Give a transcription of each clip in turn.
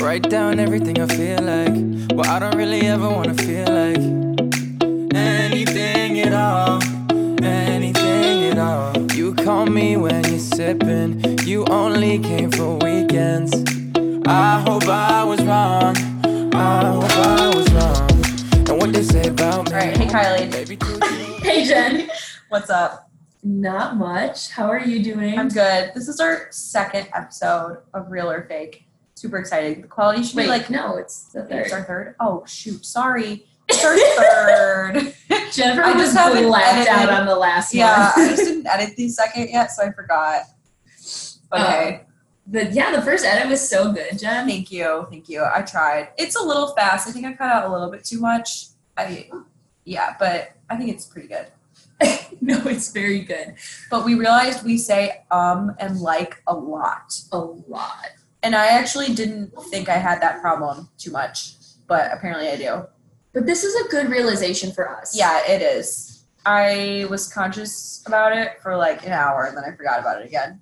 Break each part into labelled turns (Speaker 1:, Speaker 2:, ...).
Speaker 1: Write down everything I feel like. Well, I don't really ever wanna feel like anything at all. Anything at all. You call me when you're sipping. You only came for weekends. I hope I was wrong. I hope I was wrong. And what they say about
Speaker 2: All
Speaker 1: me?
Speaker 2: right, hey Kylie.
Speaker 1: Baby, could you-
Speaker 3: Hey Jen.
Speaker 2: What's up?
Speaker 3: Not much. How are you doing?
Speaker 2: I'm good. This is our second episode of Real or Fake. Super exciting. The quality should
Speaker 3: Wait,
Speaker 2: be like
Speaker 3: like no, it's the third.
Speaker 2: it's our third. Oh shoot, sorry. It's our third.
Speaker 3: Jennifer
Speaker 2: I
Speaker 3: I
Speaker 2: just
Speaker 3: just
Speaker 2: haven't
Speaker 3: blacked out
Speaker 2: edited-
Speaker 3: on the last
Speaker 2: yeah, I
Speaker 3: one.
Speaker 2: just didn't edit the second yet, so I forgot. Okay.
Speaker 3: But yeah, the first edit was so good, Jen.
Speaker 2: thank you. Thank you. I tried. It's a little fast. I think I cut out a little bit too much. I yeah, but I think it's pretty good.
Speaker 3: no, it's very good.
Speaker 2: But we realized we say um and like a lot.
Speaker 3: A lot.
Speaker 2: And I actually didn't think I had that problem too much, but apparently I do.
Speaker 3: But this is a good realization for us.
Speaker 2: Yeah, it is. I was conscious about it for like an hour and then I forgot about it again.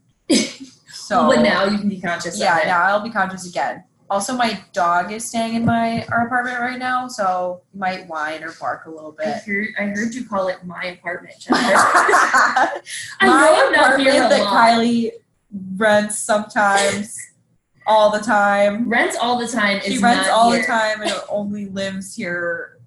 Speaker 2: So
Speaker 3: But now you can be conscious
Speaker 2: yeah,
Speaker 3: of it.
Speaker 2: now I'll be conscious again. Also, my dog is staying in my our apartment right now, so you might whine or bark a little
Speaker 3: I
Speaker 2: bit.
Speaker 3: heard, I heard you call it my apartment, Jennifer. I
Speaker 2: my
Speaker 3: know I'm not
Speaker 2: apartment
Speaker 3: here a
Speaker 2: that
Speaker 3: lot.
Speaker 2: Kylie rents sometimes, all the time.
Speaker 3: rents all the time.
Speaker 2: She
Speaker 3: is
Speaker 2: rents
Speaker 3: not
Speaker 2: all
Speaker 3: here.
Speaker 2: the time and only lives here,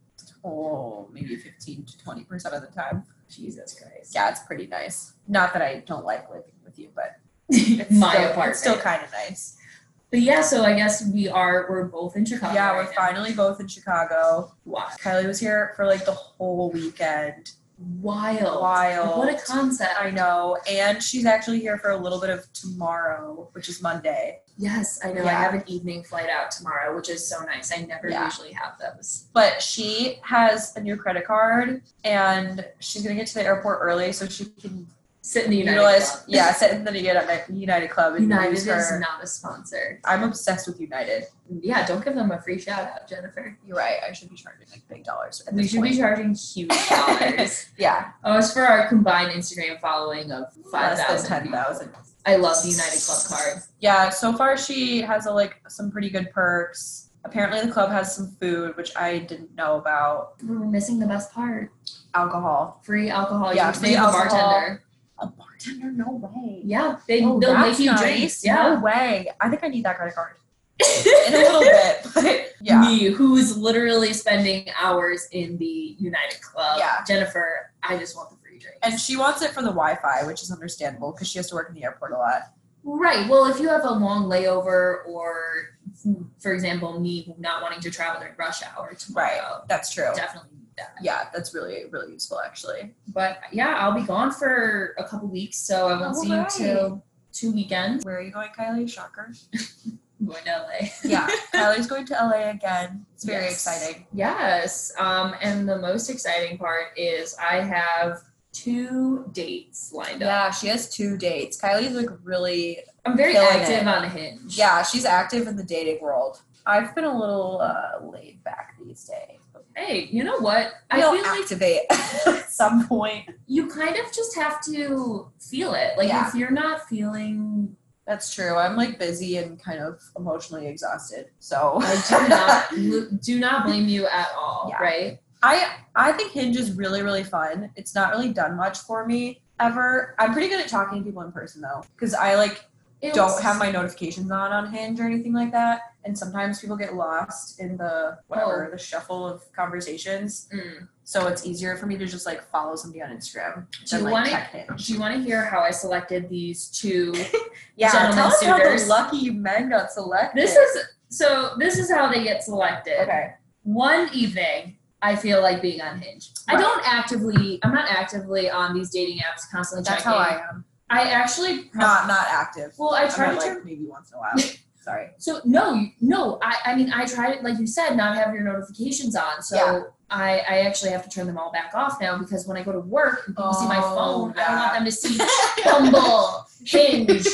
Speaker 2: oh, maybe 15 to 20 percent of the time.
Speaker 3: Jesus Christ.
Speaker 2: Yeah, it's pretty nice. Not that I don't like living with you, but it's
Speaker 3: my
Speaker 2: still,
Speaker 3: apartment.
Speaker 2: It's still kind of nice.
Speaker 3: But yeah, so I guess we are we're both in Chicago.
Speaker 2: yeah,
Speaker 3: right
Speaker 2: we're
Speaker 3: now.
Speaker 2: finally both in Chicago.
Speaker 3: Wow.
Speaker 2: Kylie was here for like the whole weekend.
Speaker 3: Wild.
Speaker 2: Wild.
Speaker 3: What a concept.
Speaker 2: I know, and she's actually here for a little bit of tomorrow, which is Monday.
Speaker 3: yes, I know. I
Speaker 2: Yeah.
Speaker 3: have an evening flight out tomorrow, which is so nice. I never
Speaker 2: Yeah.
Speaker 3: usually have those.
Speaker 2: But she has a new credit card, and she's gonna get to the airport early so she can
Speaker 3: Sit in the United.
Speaker 2: utilize.
Speaker 3: Club.
Speaker 2: Yeah, sit in the United United Club and
Speaker 3: United
Speaker 2: use
Speaker 3: is
Speaker 2: her.
Speaker 3: not a sponsor.
Speaker 2: I'm obsessed with United.
Speaker 3: Yeah, don't give them a free shout out, Jennifer.
Speaker 2: You're right. I should be charging like big dollars. At
Speaker 3: We
Speaker 2: this
Speaker 3: should
Speaker 2: point.
Speaker 3: be charging huge dollars.
Speaker 2: yeah,
Speaker 3: oh, it's for our combined Instagram following of five
Speaker 2: less than
Speaker 3: thousand.
Speaker 2: ten thousand.
Speaker 3: I love the United Club card.
Speaker 2: Yeah, so far she has a, like some pretty good perks. Apparently, the club has some food, which I didn't know about.
Speaker 3: We're missing the best part:
Speaker 2: Alcohol.
Speaker 3: free alcohol.
Speaker 2: Yeah,
Speaker 3: you can
Speaker 2: free
Speaker 3: pay the
Speaker 2: alcohol.
Speaker 3: bartender.
Speaker 2: A bartender? No way.
Speaker 3: Yeah, they
Speaker 2: Oh,
Speaker 3: they'll
Speaker 2: that's
Speaker 3: make you
Speaker 2: nice.
Speaker 3: drinks. Yeah,
Speaker 2: No way. I think I need that credit card in a little bit. But yeah.
Speaker 3: Me, who's literally spending hours in the United Club.
Speaker 2: Yeah.
Speaker 3: Jennifer, I just want the free drinks.
Speaker 2: And she wants it for the Wi-Fi, which is understandable because she has to work in the airport a lot.
Speaker 3: right. Well, if you have a long layover, or for example, me not wanting to travel during rush hour tomorrow,
Speaker 2: That's true.
Speaker 3: definitely need that.
Speaker 2: Yeah, that's really really useful actually.
Speaker 3: But yeah, I'll be gone for a couple weeks, so I won't see
Speaker 2: Alright.
Speaker 3: you till two weekends.
Speaker 2: Where are you going, Kylie? Shocker.
Speaker 3: I'm going to LA.
Speaker 2: Yeah, Kylie's going to LA again. It's very
Speaker 3: Yes.
Speaker 2: exciting.
Speaker 3: Yes. Um, and the most exciting part is I have two dates lined up.
Speaker 2: Yeah, she has two dates. Kylie's like really
Speaker 3: I'm very
Speaker 2: Killing
Speaker 3: active
Speaker 2: it.
Speaker 3: on Hinge.
Speaker 2: yeah, she's active in the dating world. I've been a little uh, laid back these days.
Speaker 3: Hey, you know what? I
Speaker 2: I will
Speaker 3: feel like
Speaker 2: activate at some point.
Speaker 3: you kind of just have to feel it. Like
Speaker 2: Yeah.
Speaker 3: if you're not feeling,
Speaker 2: That's true. I'm like busy and kind of emotionally exhausted. So
Speaker 3: I do not lo- do not blame you at all,
Speaker 2: Yeah.
Speaker 3: right?
Speaker 2: I I think Hinge is really really fun. It's not really done much for me ever. I'm pretty good at talking to people in person though because I like
Speaker 3: It
Speaker 2: don't
Speaker 3: was-
Speaker 2: have my notifications on on Hinge or anything like that. And sometimes people get lost in the whatever the shuffle of conversations.
Speaker 3: Mm.
Speaker 2: So it's easier for me to just like follow somebody on Instagram
Speaker 3: Do
Speaker 2: than
Speaker 3: you
Speaker 2: like
Speaker 3: wanna-
Speaker 2: check Hinge.
Speaker 3: Do you want to hear how I selected these two?
Speaker 2: Yeah,
Speaker 3: gentlemen
Speaker 2: tell us how the
Speaker 3: suitors?
Speaker 2: lucky men got selected.
Speaker 3: this is so. This is how they get selected.
Speaker 2: okay.
Speaker 3: One evening, I feel like being on Hinge. I
Speaker 2: Right.
Speaker 3: don't actively. I'm not actively on these dating apps constantly
Speaker 2: That's
Speaker 3: checking.
Speaker 2: how I am.
Speaker 3: I actually prob-
Speaker 2: Not not active.
Speaker 3: Well, I
Speaker 2: I'm
Speaker 3: try
Speaker 2: not,
Speaker 3: to
Speaker 2: like maybe once in a while. Sorry.
Speaker 3: So no, you- no. I, I mean, I tried, like you said, not have your notifications on. So
Speaker 2: Yeah.
Speaker 3: I, I actually have to turn them all back off now because when I go to work and people see my
Speaker 2: Oh,
Speaker 3: phone, I don't
Speaker 2: yeah.
Speaker 3: want them to see Bumble, Hinge.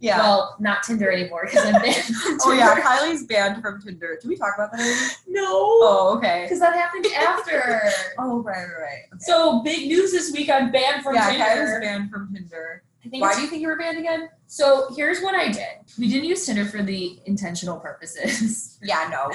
Speaker 2: yeah.
Speaker 3: Well, not Tinder anymore because I'm banned. from
Speaker 2: oh yeah,
Speaker 3: Tinder.
Speaker 2: Kylie's banned from Tinder. Did we talk about that? already?
Speaker 3: no,
Speaker 2: Oh okay.
Speaker 3: because that happened after.
Speaker 2: Oh right right right. Okay.
Speaker 3: so big news this week. I'm banned from
Speaker 2: yeah,
Speaker 3: Tinder.
Speaker 2: Kylie's banned from Tinder.
Speaker 3: I think
Speaker 2: Why
Speaker 3: it's-
Speaker 2: do you think you were banned again?
Speaker 3: so here's what I did. We didn't use Tinder for the intentional purposes.
Speaker 2: Yeah, no.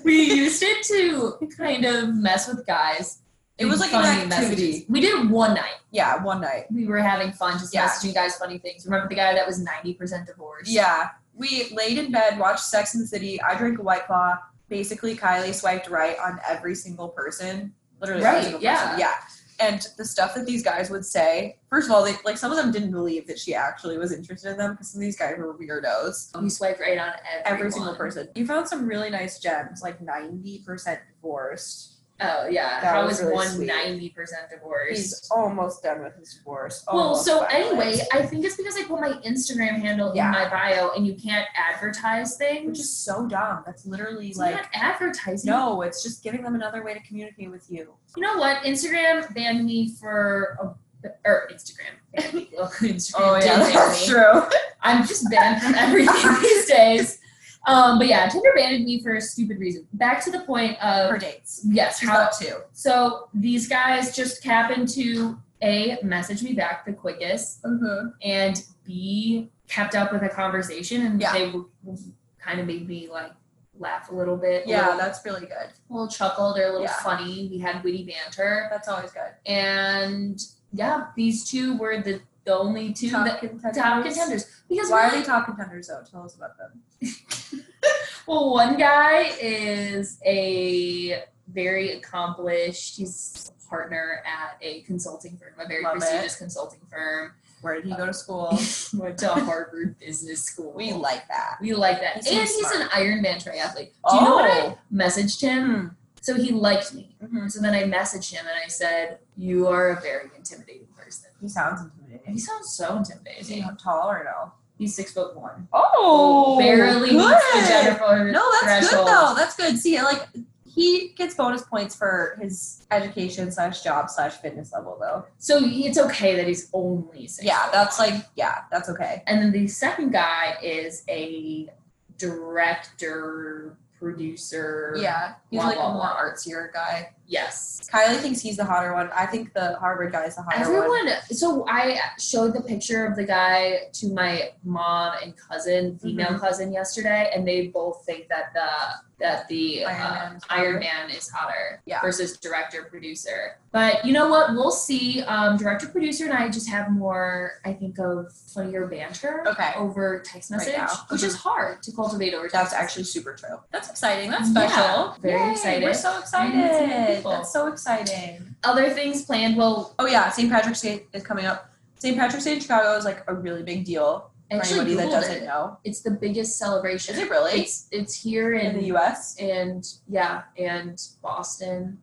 Speaker 3: we used it to kind of mess with guys.
Speaker 2: It was like an
Speaker 3: Funny
Speaker 2: activity.
Speaker 3: messages. We did it one night.
Speaker 2: Yeah, one night.
Speaker 3: We were having fun just
Speaker 2: Yeah.
Speaker 3: messaging guys funny things. Remember the guy that was 90% divorced?
Speaker 2: Yeah. We laid in bed, watched Sex and the City. I drank a White Claw. Basically, Kylie swiped right on every single person. Literally every
Speaker 3: Right,
Speaker 2: single
Speaker 3: yeah.
Speaker 2: person. Yeah. And the stuff that these guys would say, first of all, they, like some of them didn't believe that she actually was interested in them because some of these guys were weirdos.
Speaker 3: We swiped right on everyone.
Speaker 2: every single person. You found some really nice gems, like 90% divorced.
Speaker 3: Oh, yeah.
Speaker 2: That
Speaker 3: How
Speaker 2: was
Speaker 3: was
Speaker 2: really
Speaker 3: one
Speaker 2: sweet.
Speaker 3: 90% divorced?
Speaker 2: He's almost done with his divorce.
Speaker 3: Well,
Speaker 2: Almost
Speaker 3: so
Speaker 2: finally.
Speaker 3: anyway, I think it's because I put my Instagram handle
Speaker 2: Yeah.
Speaker 3: in my bio and you can't advertise things.
Speaker 2: which is so dumb. That's literally
Speaker 3: it's
Speaker 2: like
Speaker 3: not advertising.
Speaker 2: no, it's just giving them another way to communicate with you.
Speaker 3: You know what? Instagram banned me for a or Instagram. banned me. Well, Instagram
Speaker 2: Oh,
Speaker 3: did ban me.
Speaker 2: true.
Speaker 3: I'm just banned from everything these days. Um, but yeah, Tinder banned me for a stupid reason. Back to the point of
Speaker 2: Her dates.
Speaker 3: yes,
Speaker 2: She's
Speaker 3: how
Speaker 2: got two.
Speaker 3: so these guys just happened to a message me back the quickest
Speaker 2: mm-hmm.
Speaker 3: and B kept up with a conversation and
Speaker 2: Yeah.
Speaker 3: they w- w- kind of made me like laugh a little bit. a
Speaker 2: Yeah,
Speaker 3: little,
Speaker 2: that's really good.
Speaker 3: a little chuckle. They're a little
Speaker 2: Yeah.
Speaker 3: funny. We had witty banter,
Speaker 2: That's always good.
Speaker 3: and yeah, these two were the the only two
Speaker 2: Top
Speaker 3: that,
Speaker 2: contenders.
Speaker 3: top contenders. Because
Speaker 2: Why are
Speaker 3: really-
Speaker 2: they top contenders though? Tell us about them.
Speaker 3: well, one guy is a very accomplished. He's a partner at a consulting firm, a very
Speaker 2: Love it.
Speaker 3: prestigious consulting firm.
Speaker 2: Where did he go to school?
Speaker 3: Went to Harvard Business School.
Speaker 2: we like that.
Speaker 3: We like that.
Speaker 2: He
Speaker 3: and
Speaker 2: seems
Speaker 3: he's an Ironman triathlete. Do
Speaker 2: Oh.
Speaker 3: you know what I messaged him?
Speaker 2: Hmm.
Speaker 3: So he liked me.
Speaker 2: Mhm.
Speaker 3: So then I messaged him and I said, You are a very intimidating person.
Speaker 2: He sounds
Speaker 3: He
Speaker 2: intimidating.
Speaker 3: sounds so
Speaker 2: Is he
Speaker 3: intimidating.
Speaker 2: tall or no?
Speaker 3: He's six foot one.
Speaker 2: Oh,
Speaker 3: barely meets the Jennifer
Speaker 2: No, that's
Speaker 3: threshold.
Speaker 2: good though. That's good. See, like he gets bonus points for his education slash job slash fitness level though.
Speaker 3: So it's okay that he's only six.
Speaker 2: Yeah,
Speaker 3: foot
Speaker 2: that's
Speaker 3: one.
Speaker 2: like yeah, that's okay.
Speaker 3: And then the second guy is a director, producer.
Speaker 2: Yeah, he's
Speaker 3: Blah,
Speaker 2: like
Speaker 3: blah,
Speaker 2: a more
Speaker 3: blah.
Speaker 2: artsier guy.
Speaker 3: Yes.
Speaker 2: Kylie thinks he's the hotter one. I think the Harvard guy is the hotter one.
Speaker 3: Everyone, so I showed the picture of the guy to my mom and cousin,
Speaker 2: Mm-hmm.
Speaker 3: female cousin, yesterday, and they both think that the that the
Speaker 2: Iron Man
Speaker 3: uh,
Speaker 2: is hotter.
Speaker 3: Iron Man is hotter
Speaker 2: Yeah.
Speaker 3: versus director producer. But you know what? We'll see. Um, director producer and I just have more, I think, of funnier banter
Speaker 2: Okay.
Speaker 3: over text
Speaker 2: Right
Speaker 3: message,
Speaker 2: now.
Speaker 3: which is hard to cultivate over text.
Speaker 2: That's actually super true. That's exciting. That's
Speaker 3: Yeah.
Speaker 2: special.
Speaker 3: Very
Speaker 2: Yay,
Speaker 3: excited.
Speaker 2: We're so
Speaker 3: Mm,
Speaker 2: excited.
Speaker 3: people.
Speaker 2: That's so exciting.
Speaker 3: Other things planned. Well,
Speaker 2: Oh yeah, St. Patrick's Day is coming up. St. Patrick's Day in Chicago is like a really big deal for
Speaker 3: actually,
Speaker 2: anybody that
Speaker 3: Googled
Speaker 2: doesn't
Speaker 3: it.
Speaker 2: know.
Speaker 3: It's the biggest celebration.
Speaker 2: Is it really?
Speaker 3: It's it's here
Speaker 2: in the U.S.
Speaker 3: and yeah, and Boston,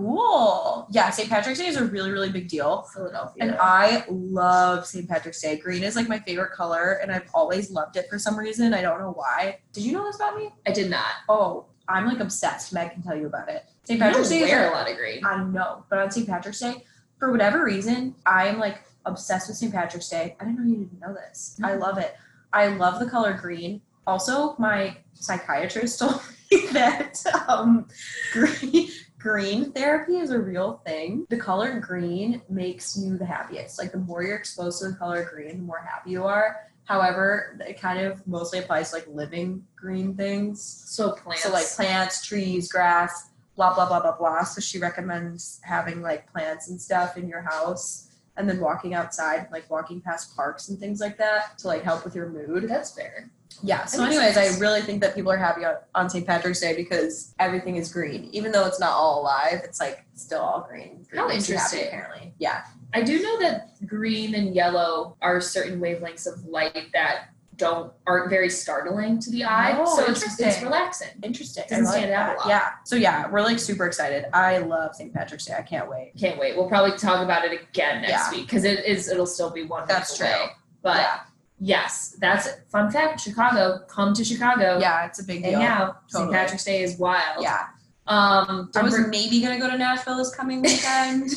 Speaker 2: Cool. Yeah, St. Patrick's Day is a really, really big deal.
Speaker 3: Philadelphia.
Speaker 2: And I love St. Patrick's Day. Green is like my favorite color, and I've always loved it for some reason. I don't know why. Did you know this about me?
Speaker 3: I did not.
Speaker 2: Oh, I'm like obsessed. Meg can tell you about it. St.
Speaker 3: You don't
Speaker 2: Patrick's Day is
Speaker 3: wear a
Speaker 2: like,
Speaker 3: lot of green.
Speaker 2: I know, but on St. Patrick's Day, for whatever reason, I'm like obsessed with St. Patrick's Day. I didn't know you didn't know this. I
Speaker 3: Mm.
Speaker 2: love it. I love the color green. Also, my psychiatrist told me that um, green, green therapy is a real thing. The color green makes you the happiest. Like the more you're exposed to the color green, the more happy you are. However, it kind of mostly applies to like living green things.
Speaker 3: So plants.
Speaker 2: So like plants, trees, grass, blah blah blah blah blah. So she recommends having like plants and stuff in your house and then walking outside, like walking past parks and things like that to like help with your mood.
Speaker 3: that's fair.
Speaker 2: Yeah. So
Speaker 3: makes
Speaker 2: anyways, I
Speaker 3: sense.
Speaker 2: really think that people are happy on, on St. Patrick's Day because everything is green. Even though it's not all alive, it's like still all green. green
Speaker 3: How
Speaker 2: makes you happy,
Speaker 3: interesting.
Speaker 2: apparently. Yeah.
Speaker 3: I do know that green and yellow are certain wavelengths of light that don't aren't very startling to the eye.
Speaker 2: Oh,
Speaker 3: so it's, it's
Speaker 2: interesting.
Speaker 3: relaxing.
Speaker 2: Interesting. I
Speaker 3: Doesn't
Speaker 2: like
Speaker 3: stand out a
Speaker 2: that.
Speaker 3: lot.
Speaker 2: Yeah. So yeah, we're like super excited. I love St. Patrick's Day. I can't wait.
Speaker 3: Can't wait. We'll probably talk about it again next
Speaker 2: Yeah.
Speaker 3: week because it is it'll still be one week
Speaker 2: That's true.
Speaker 3: away. But
Speaker 2: yeah.
Speaker 3: yes, that's it. fun fact. Chicago, come to Chicago.
Speaker 2: yeah, it's a big
Speaker 3: And
Speaker 2: deal.
Speaker 3: now St.
Speaker 2: Totally.
Speaker 3: Patrick's Day is wild.
Speaker 2: Yeah.
Speaker 3: Um,
Speaker 2: I was
Speaker 3: Denver-
Speaker 2: maybe gonna go to Nashville this coming weekend.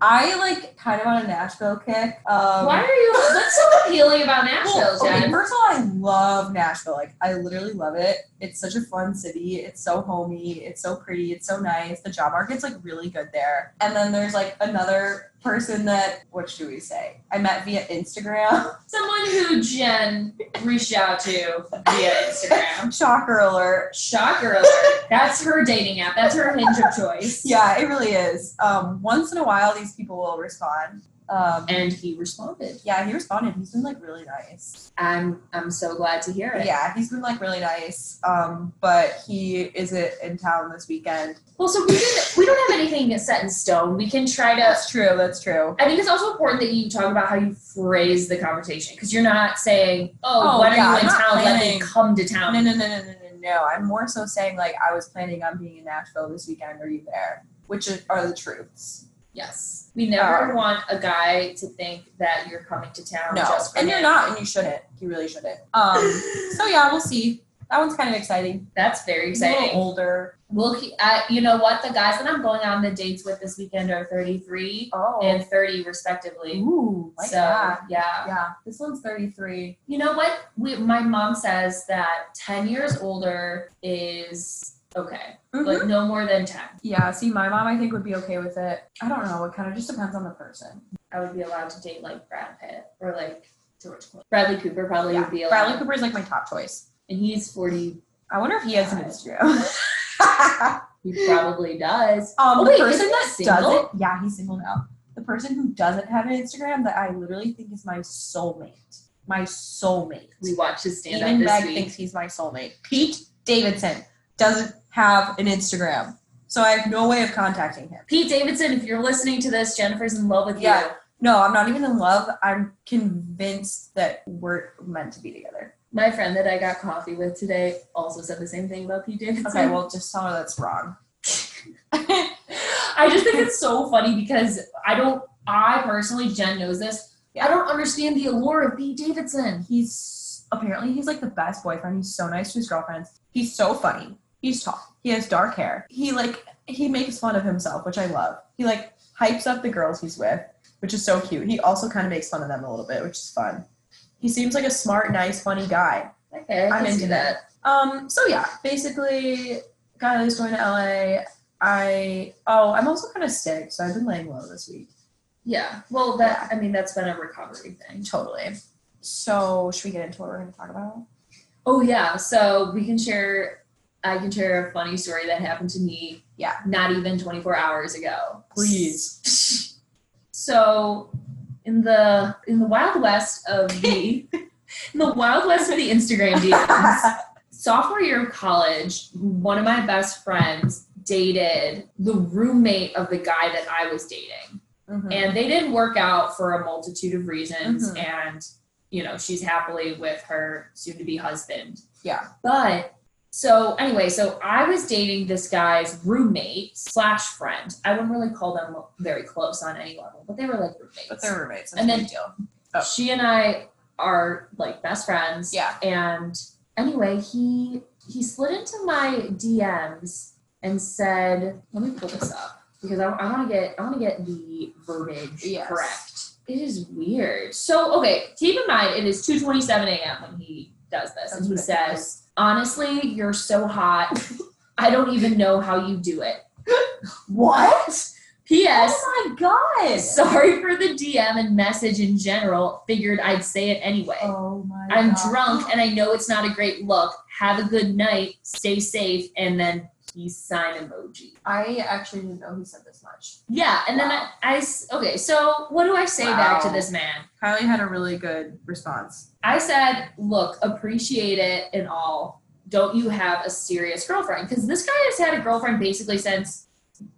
Speaker 2: I like kind of on a Nashville kick. Um,
Speaker 3: why are you? What's so appealing about Nashville,
Speaker 2: Well, okay,
Speaker 3: Jen?
Speaker 2: first of all, I love Nashville. Like, I literally love it. It's such a fun city. It's so homey. It's so pretty. It's so nice. The job market's like really good there. And then there's like another person that, what should we say? I met via Instagram.
Speaker 3: Someone who Jen reached out to via Instagram.
Speaker 2: Shocker alert.
Speaker 3: Shocker alert. That's her dating app. That's her hinge of choice.
Speaker 2: Yeah, it really is. Um, once in a while, these people will respond. Um,
Speaker 3: And he responded.
Speaker 2: yeah, he responded. He's been like really nice.
Speaker 3: I'm I'm so glad to hear it.
Speaker 2: Yeah, he's been like really nice. Um, but he isn't in town this weekend.
Speaker 3: Well, so we didn't we don't have anything set in stone. We can try to
Speaker 2: That's true. That's true.
Speaker 3: I think it's also important that you talk about how you phrase the conversation because you're not saying, "Oh,
Speaker 2: Oh,
Speaker 3: when
Speaker 2: yeah,
Speaker 3: are you
Speaker 2: I'm
Speaker 3: in
Speaker 2: not
Speaker 3: town? Let me
Speaker 2: planning.
Speaker 3: come to town."
Speaker 2: No, no, no, no, no, no, no. I'm more so saying like I was planning on being in Nashville this weekend. Are you there? Which is- are the truths.
Speaker 3: Yes, we never
Speaker 2: Um,
Speaker 3: want a guy to think that you're coming to town
Speaker 2: No,
Speaker 3: just for
Speaker 2: and you're
Speaker 3: him.
Speaker 2: not, and you shouldn't. You really shouldn't. Um, so yeah, we'll see. That one's kind of exciting.
Speaker 3: That's very
Speaker 2: He's a little
Speaker 3: exciting.
Speaker 2: older.
Speaker 3: We'll, ke- I, you know what? The guys that I'm going on the dates with this weekend are 33
Speaker 2: Oh,
Speaker 3: and 30 respectively.
Speaker 2: ooh, like
Speaker 3: so
Speaker 2: that.
Speaker 3: yeah,
Speaker 2: Yeah, this one's 33.
Speaker 3: you know what? We, my mom says that 10 years older is okay,
Speaker 2: Mm-hmm.
Speaker 3: like no more than 10.
Speaker 2: yeah, see, my mom, I think, would be okay with it. I don't know. It kind of just depends on the person.
Speaker 3: I would be allowed to date like Brad Pitt or like George Clooney. Bradley Cooper probably
Speaker 2: Yeah,
Speaker 3: would be allowed.
Speaker 2: Bradley Cooper is like my top choice.
Speaker 3: and he's 40.
Speaker 2: I wonder if he has an Instagram.
Speaker 3: He probably does.
Speaker 2: um,
Speaker 3: Oh,
Speaker 2: the
Speaker 3: wait,
Speaker 2: person
Speaker 3: isn't
Speaker 2: that
Speaker 3: he single?
Speaker 2: doesn't, yeah, he's single now. The person who doesn't have an Instagram that I literally think is my soulmate, my soulmate.
Speaker 3: We watched his stand
Speaker 2: Even
Speaker 3: up
Speaker 2: Meg
Speaker 3: this week.
Speaker 2: thinks he's my soulmate. Pete Davidson doesn't have an Instagram, so I have no way of contacting him.
Speaker 3: Pete Davidson, if you're listening to this, Jennifer's in love with you.
Speaker 2: Yeah. No, I'm not even in love. I'm convinced that we're meant to be together.
Speaker 3: My friend that I got coffee with today also said the same thing about Pete Davidson.
Speaker 2: Okay, well, just tell her that's wrong.
Speaker 3: I just think it's so funny because I don't, I personally, Jen knows this, I don't understand the allure of Pete Davidson.
Speaker 2: He's apparently he's like the best boyfriend. He's so nice to his girlfriends. He's so funny. He's tall. He has dark hair. He like he makes fun of himself, which I love. He like hypes up the girls he's with, which is so cute. He also kind of makes fun of them a little bit, which is fun. He seems like a smart, nice, funny guy.
Speaker 3: Okay,
Speaker 2: I'm into that. Um, so yeah, basically, got is going to LA. I oh, I'm also kind of sick, so I've been laying low this week.
Speaker 3: Yeah. Well, that, I mean, that's been a recovery thing.
Speaker 2: Totally. So should we get into what we're going to talk about?
Speaker 3: Oh, yeah. So we can share, I can share a funny story that happened to me
Speaker 2: Yeah.
Speaker 3: not even 24 hours ago.
Speaker 2: Please.
Speaker 3: So, in the in the wild west of the in the wild west of the Instagram DMs, sophomore year of college, one of my best friends dated the roommate of the guy that I was dating,
Speaker 2: Mhm.
Speaker 3: and they didn't work out for a multitude of reasons.
Speaker 2: Mhm.
Speaker 3: And you know, she's happily with her soon-to-be husband.
Speaker 2: Yeah.
Speaker 3: But so anyway, so I was dating this guy's roommate slash friend. I wouldn't really call them very close on any level, but they were like roommates.
Speaker 2: But they're roommates. That's
Speaker 3: And
Speaker 2: no
Speaker 3: then-
Speaker 2: big deal. oh.
Speaker 3: She and I are like best friends.
Speaker 2: Yeah.
Speaker 3: And anyway, he he slid into my DMs and said, "Let me pull this up because I, I want to get I want to get the verbiage
Speaker 2: Yes.
Speaker 3: correct." It is weird. So okay, keep in mind it is two twenty seven a.m. when he does this, and he
Speaker 2: ridiculous.
Speaker 3: says, "Honestly, you're so hot. I don't even know how you do it."
Speaker 2: What?
Speaker 3: P.S.
Speaker 2: Oh my god.
Speaker 3: Sorry for the DM and message in general. Figured I'd say it anyway.
Speaker 2: oh my
Speaker 3: I'm
Speaker 2: God.
Speaker 3: drunk and I know it's not a great look. Have a good night. Stay safe. And then peace sign emoji.
Speaker 2: I actually didn't know he said this much.
Speaker 3: Yeah. And then
Speaker 2: Wow.
Speaker 3: I, I s- okay. So what do I say back to
Speaker 2: Wow.
Speaker 3: this man?
Speaker 2: Kylie had a really good response.
Speaker 3: I said, look, appreciate it and all. Don't you have a serious girlfriend? Because this guy has had a girlfriend basically since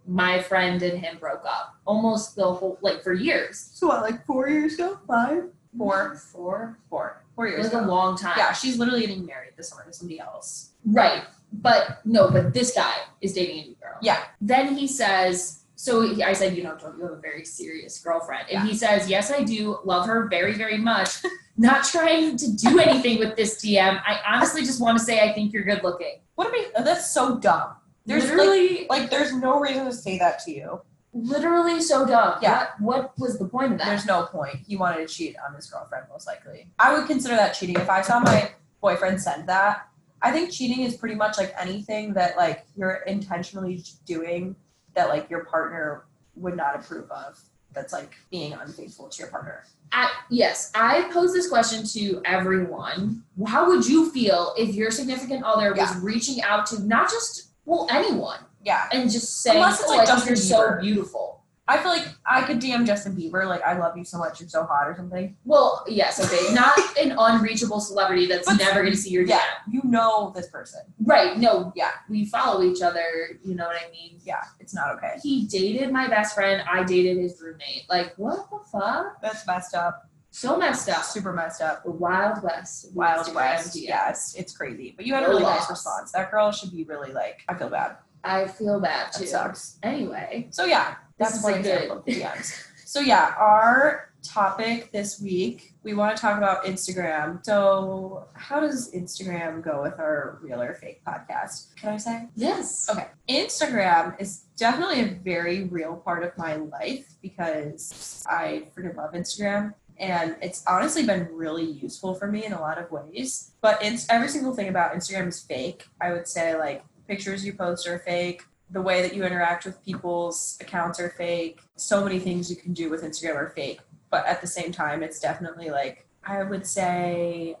Speaker 3: my friend and him broke up, almost the whole like for years.
Speaker 2: So what, like four years ago? Five? Four.
Speaker 3: four.
Speaker 2: Four. Four
Speaker 3: It
Speaker 2: years
Speaker 3: was a
Speaker 2: ago.
Speaker 3: long time.
Speaker 2: Yeah, she's literally getting married this summer to somebody else.
Speaker 3: Right. But no, but this guy is dating a new girl.
Speaker 2: Yeah.
Speaker 3: Then he says, so he- I said, you know, don't you have a very serious girlfriend? And
Speaker 2: Yeah.
Speaker 3: he says, yes, I do. Love her very, very much. Not trying to do anything with this DM. I honestly just want to say I think you're good looking.
Speaker 2: What am I? That's so dumb. There's
Speaker 3: Literally,
Speaker 2: Like, there's no reason to say that to you.
Speaker 3: literally so dumb.
Speaker 2: Yeah.
Speaker 3: What, what was the point of that?
Speaker 2: There's no point. He wanted to cheat on his girlfriend, most likely. I would consider that cheating if I saw my boyfriend send that. I think cheating is pretty much like anything that like you're intentionally doing that like your partner would not approve of. That's like being unfaithful to your partner.
Speaker 3: I, yes, I pose this question to everyone. How would you feel if your significant other
Speaker 2: Yeah.
Speaker 3: was reaching out to not just well anyone
Speaker 2: Yeah,
Speaker 3: and just saying,
Speaker 2: Unless it's
Speaker 3: "Oh,
Speaker 2: like
Speaker 3: I
Speaker 2: Justin
Speaker 3: think you're so
Speaker 2: Bieber.
Speaker 3: beautiful."
Speaker 2: I feel like I could DM Justin Bieber like I love you so much, you're so hot or something.
Speaker 3: Well, yes, okay, not an unreachable celebrity that's
Speaker 2: But-
Speaker 3: never going to see your
Speaker 2: Yeah,
Speaker 3: dad.
Speaker 2: you know this person.
Speaker 3: Right? No.
Speaker 2: Yeah.
Speaker 3: we follow each other. You know what I mean?
Speaker 2: Yeah, it's not okay.
Speaker 3: He dated my best friend. I dated his roommate. Like, what the fuck?
Speaker 2: That's messed up.
Speaker 3: So messed up.
Speaker 2: Super messed up.
Speaker 3: The Wild West.
Speaker 2: Wild
Speaker 3: Instagram
Speaker 2: West.
Speaker 3: DM.
Speaker 2: Yeah, it's, it's crazy. But you had a
Speaker 3: No
Speaker 2: really
Speaker 3: loss.
Speaker 2: nice response. That girl should be really like, I feel bad.
Speaker 3: I feel bad too.
Speaker 2: That sucks.
Speaker 3: Anyway,
Speaker 2: So yeah,
Speaker 3: This
Speaker 2: that's
Speaker 3: is
Speaker 2: one
Speaker 3: like
Speaker 2: example of DMs. So yeah, our topic this week, we want to talk about Instagram. So how does Instagram go with our real or fake podcast? Can I say?
Speaker 3: yes.
Speaker 2: Okay. Instagram is definitely a very real part of my life because I freaking love Instagram. And it's honestly been really useful for me in a lot of ways. But it's every single thing about Instagram is fake. I would say like pictures you post are fake. The way that you interact with people's accounts are fake. So many things you can do with Instagram are fake. But at the same time, it's definitely like I would say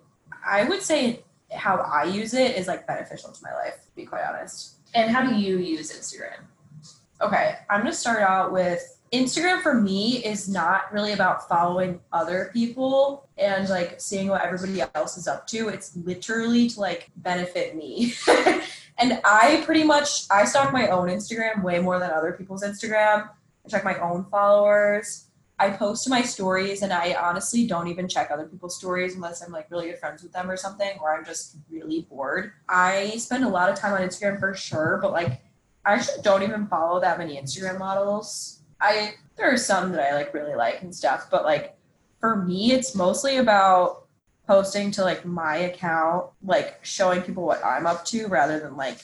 Speaker 2: I would say how I use it is like beneficial to my life, to be quite honest.
Speaker 3: And how do you use Instagram?
Speaker 2: Okay, I'm gonna start out with Instagram for me is not really about following other people and like seeing what everybody else is up to. It's literally to like benefit me. and I pretty much I stalk my own Instagram way more than other people's Instagram. I check my own followers. I post to my stories and I honestly don't even check other people's stories unless I'm like really good friends with them or something or I'm just really bored. I spend a lot of time on Instagram for sure, but like I actually don't even follow that many Instagram models. I there are some that I like really like and stuff, but like for me it's mostly about posting to like my account, like showing people what I'm up to rather than like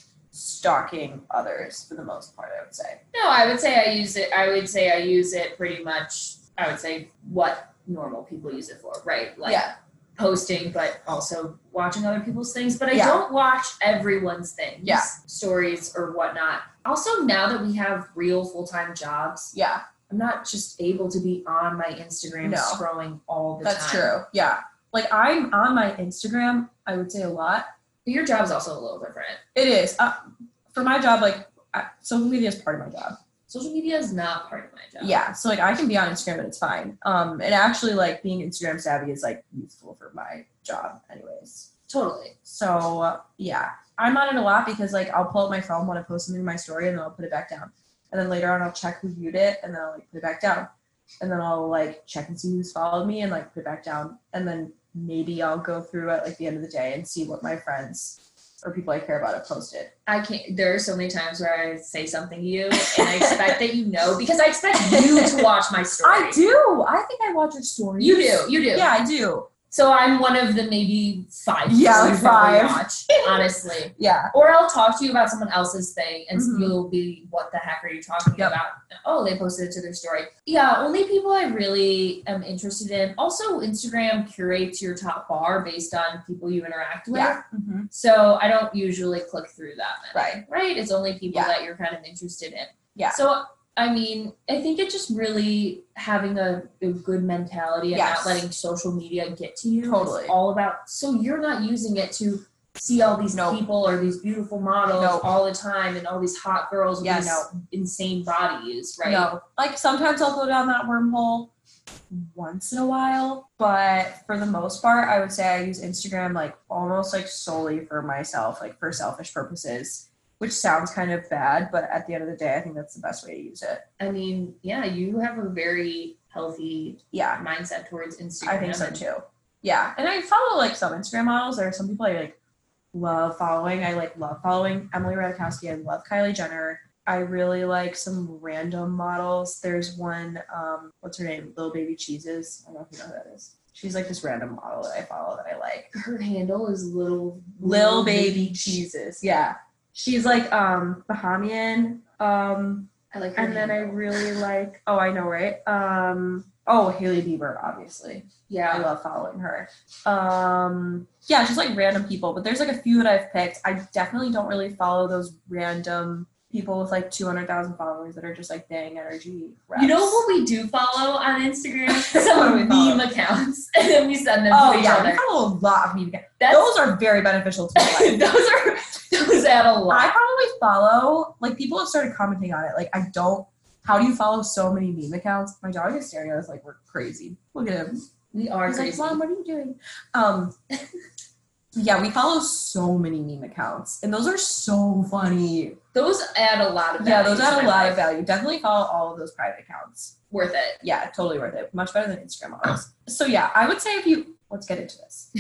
Speaker 2: stalking others for the most part, I would say.
Speaker 3: No, I would say I use it. I would say I use it pretty much. I would say what normal people use it for, right? Like
Speaker 2: yeah.
Speaker 3: posting, but also watching other people's things. But I
Speaker 2: Yeah.
Speaker 3: don't watch everyone's things,
Speaker 2: Yeah.
Speaker 3: stories or whatnot. Also, now that we have real full time jobs,
Speaker 2: Yeah.
Speaker 3: I'm not just able to be on my Instagram
Speaker 2: No.
Speaker 3: scrolling all the
Speaker 2: That's
Speaker 3: time.
Speaker 2: true. Yeah. Like I'm on my Instagram, I would say a lot.
Speaker 3: But your job's also a little different.
Speaker 2: It is. Uh, for my job, like I, social media is part of my job.
Speaker 3: Social media is not part of my job.
Speaker 2: yeah so like i can be on instagram and it's fine um and actually like being instagram savvy is like useful for my job anyways
Speaker 3: totally.
Speaker 2: so uh, yeah i'm on it a lot because like i'll pull up my phone when i post something in my story and then i'll put it back down and then later on i'll check who viewed it and then i'll like put it back down and then i'll like check and see who's followed me and like put it back down and then maybe i'll go through at like the end of the day and see what my friends or people i care about have posted
Speaker 3: I can't. There are so many times where I say something to you, and I expect that you know because I expect you to watch my story.
Speaker 2: i do i think i watch your stories
Speaker 3: You do. You do.
Speaker 2: yeah i do
Speaker 3: So I'm one of the maybe five. people
Speaker 2: Yeah,
Speaker 3: you
Speaker 2: like
Speaker 3: probably
Speaker 2: five.
Speaker 3: Watch, honestly.
Speaker 2: yeah
Speaker 3: Or I'll talk to you about someone else's thing, and
Speaker 2: Mhm.
Speaker 3: you'll be, "What the heck are you talking
Speaker 2: Yep.
Speaker 3: about?" Oh, they posted it to their story. Yeah, only people I really am interested in. Also, Instagram curates your top bar based on people you interact with.
Speaker 2: yeah mm-hmm.
Speaker 3: So I don't usually click through that many, right? It's only people
Speaker 2: Yeah.
Speaker 3: that you're kind of interested in.
Speaker 2: Yeah.
Speaker 3: So I mean, I think it's just really having a, a good mentality and
Speaker 2: Yes.
Speaker 3: not letting social media get to you. It's
Speaker 2: Totally.
Speaker 3: all about so you're not using it to see all these
Speaker 2: Nope.
Speaker 3: people or these beautiful models
Speaker 2: Nope.
Speaker 3: all the time and all these hot girls with
Speaker 2: Yes.
Speaker 3: these insane bodies, right?
Speaker 2: No. Like sometimes I'll go down that wormhole once in a while, but for the most part, I would say I use Instagram like almost like solely for myself, like for selfish purposes, which sounds kind of bad, but at the end of the day, I think that's the best way to use it.
Speaker 3: I mean, yeah, you have a very healthy
Speaker 2: Yeah,
Speaker 3: mindset towards Instagram.
Speaker 2: I think so
Speaker 3: and-
Speaker 2: too. Yeah, and I follow like some Instagram models. There are some people I like love following. I like love following Emily Ratajkowski. I love Kylie Jenner. I really like some random models. There's one, um, what's her name? Little Baby Cheeses. I don't know if you know who that is. She's like this random model that I follow that I like.
Speaker 3: Her handle is little
Speaker 2: Lil Baby Cheeses. Yeah. She's like um Bahamian. Um
Speaker 3: I like her
Speaker 2: And then I
Speaker 3: handle.
Speaker 2: really like oh I know right um oh Haley Bieber obviously I
Speaker 3: yeah.
Speaker 2: love following her um yeah just like random people but there's like a few that I've picked I definitely don't really follow those random people with like 200,000 followers that are just like dang energy reps.
Speaker 3: You know what we do follow on Instagram?
Speaker 2: What do we
Speaker 3: Some
Speaker 2: follow?
Speaker 3: meme accounts, and then we send them
Speaker 2: oh
Speaker 3: to each
Speaker 2: yeah I
Speaker 3: other.
Speaker 2: follow a lot of media
Speaker 3: That's,
Speaker 2: those are very beneficial to my life.
Speaker 3: those are those add a
Speaker 2: I
Speaker 3: lot.
Speaker 2: probably follow like people have started commenting on it. Like I don't. How do you follow so many meme accounts? My dog is staring at us like we're crazy. Look at him.
Speaker 3: We are
Speaker 2: He's like,
Speaker 3: crazy.
Speaker 2: Mom, what are you doing? Um, yeah, we follow so many meme accounts, and those are so funny.
Speaker 3: those add a lot of value.
Speaker 2: Yeah, those
Speaker 3: to
Speaker 2: add a
Speaker 3: my
Speaker 2: lot of
Speaker 3: life.
Speaker 2: value. Definitely follow all of those private accounts.
Speaker 3: Worth it.
Speaker 2: Yeah, totally worth it. Much better than Instagram models. So yeah, I would say if you let's get into this.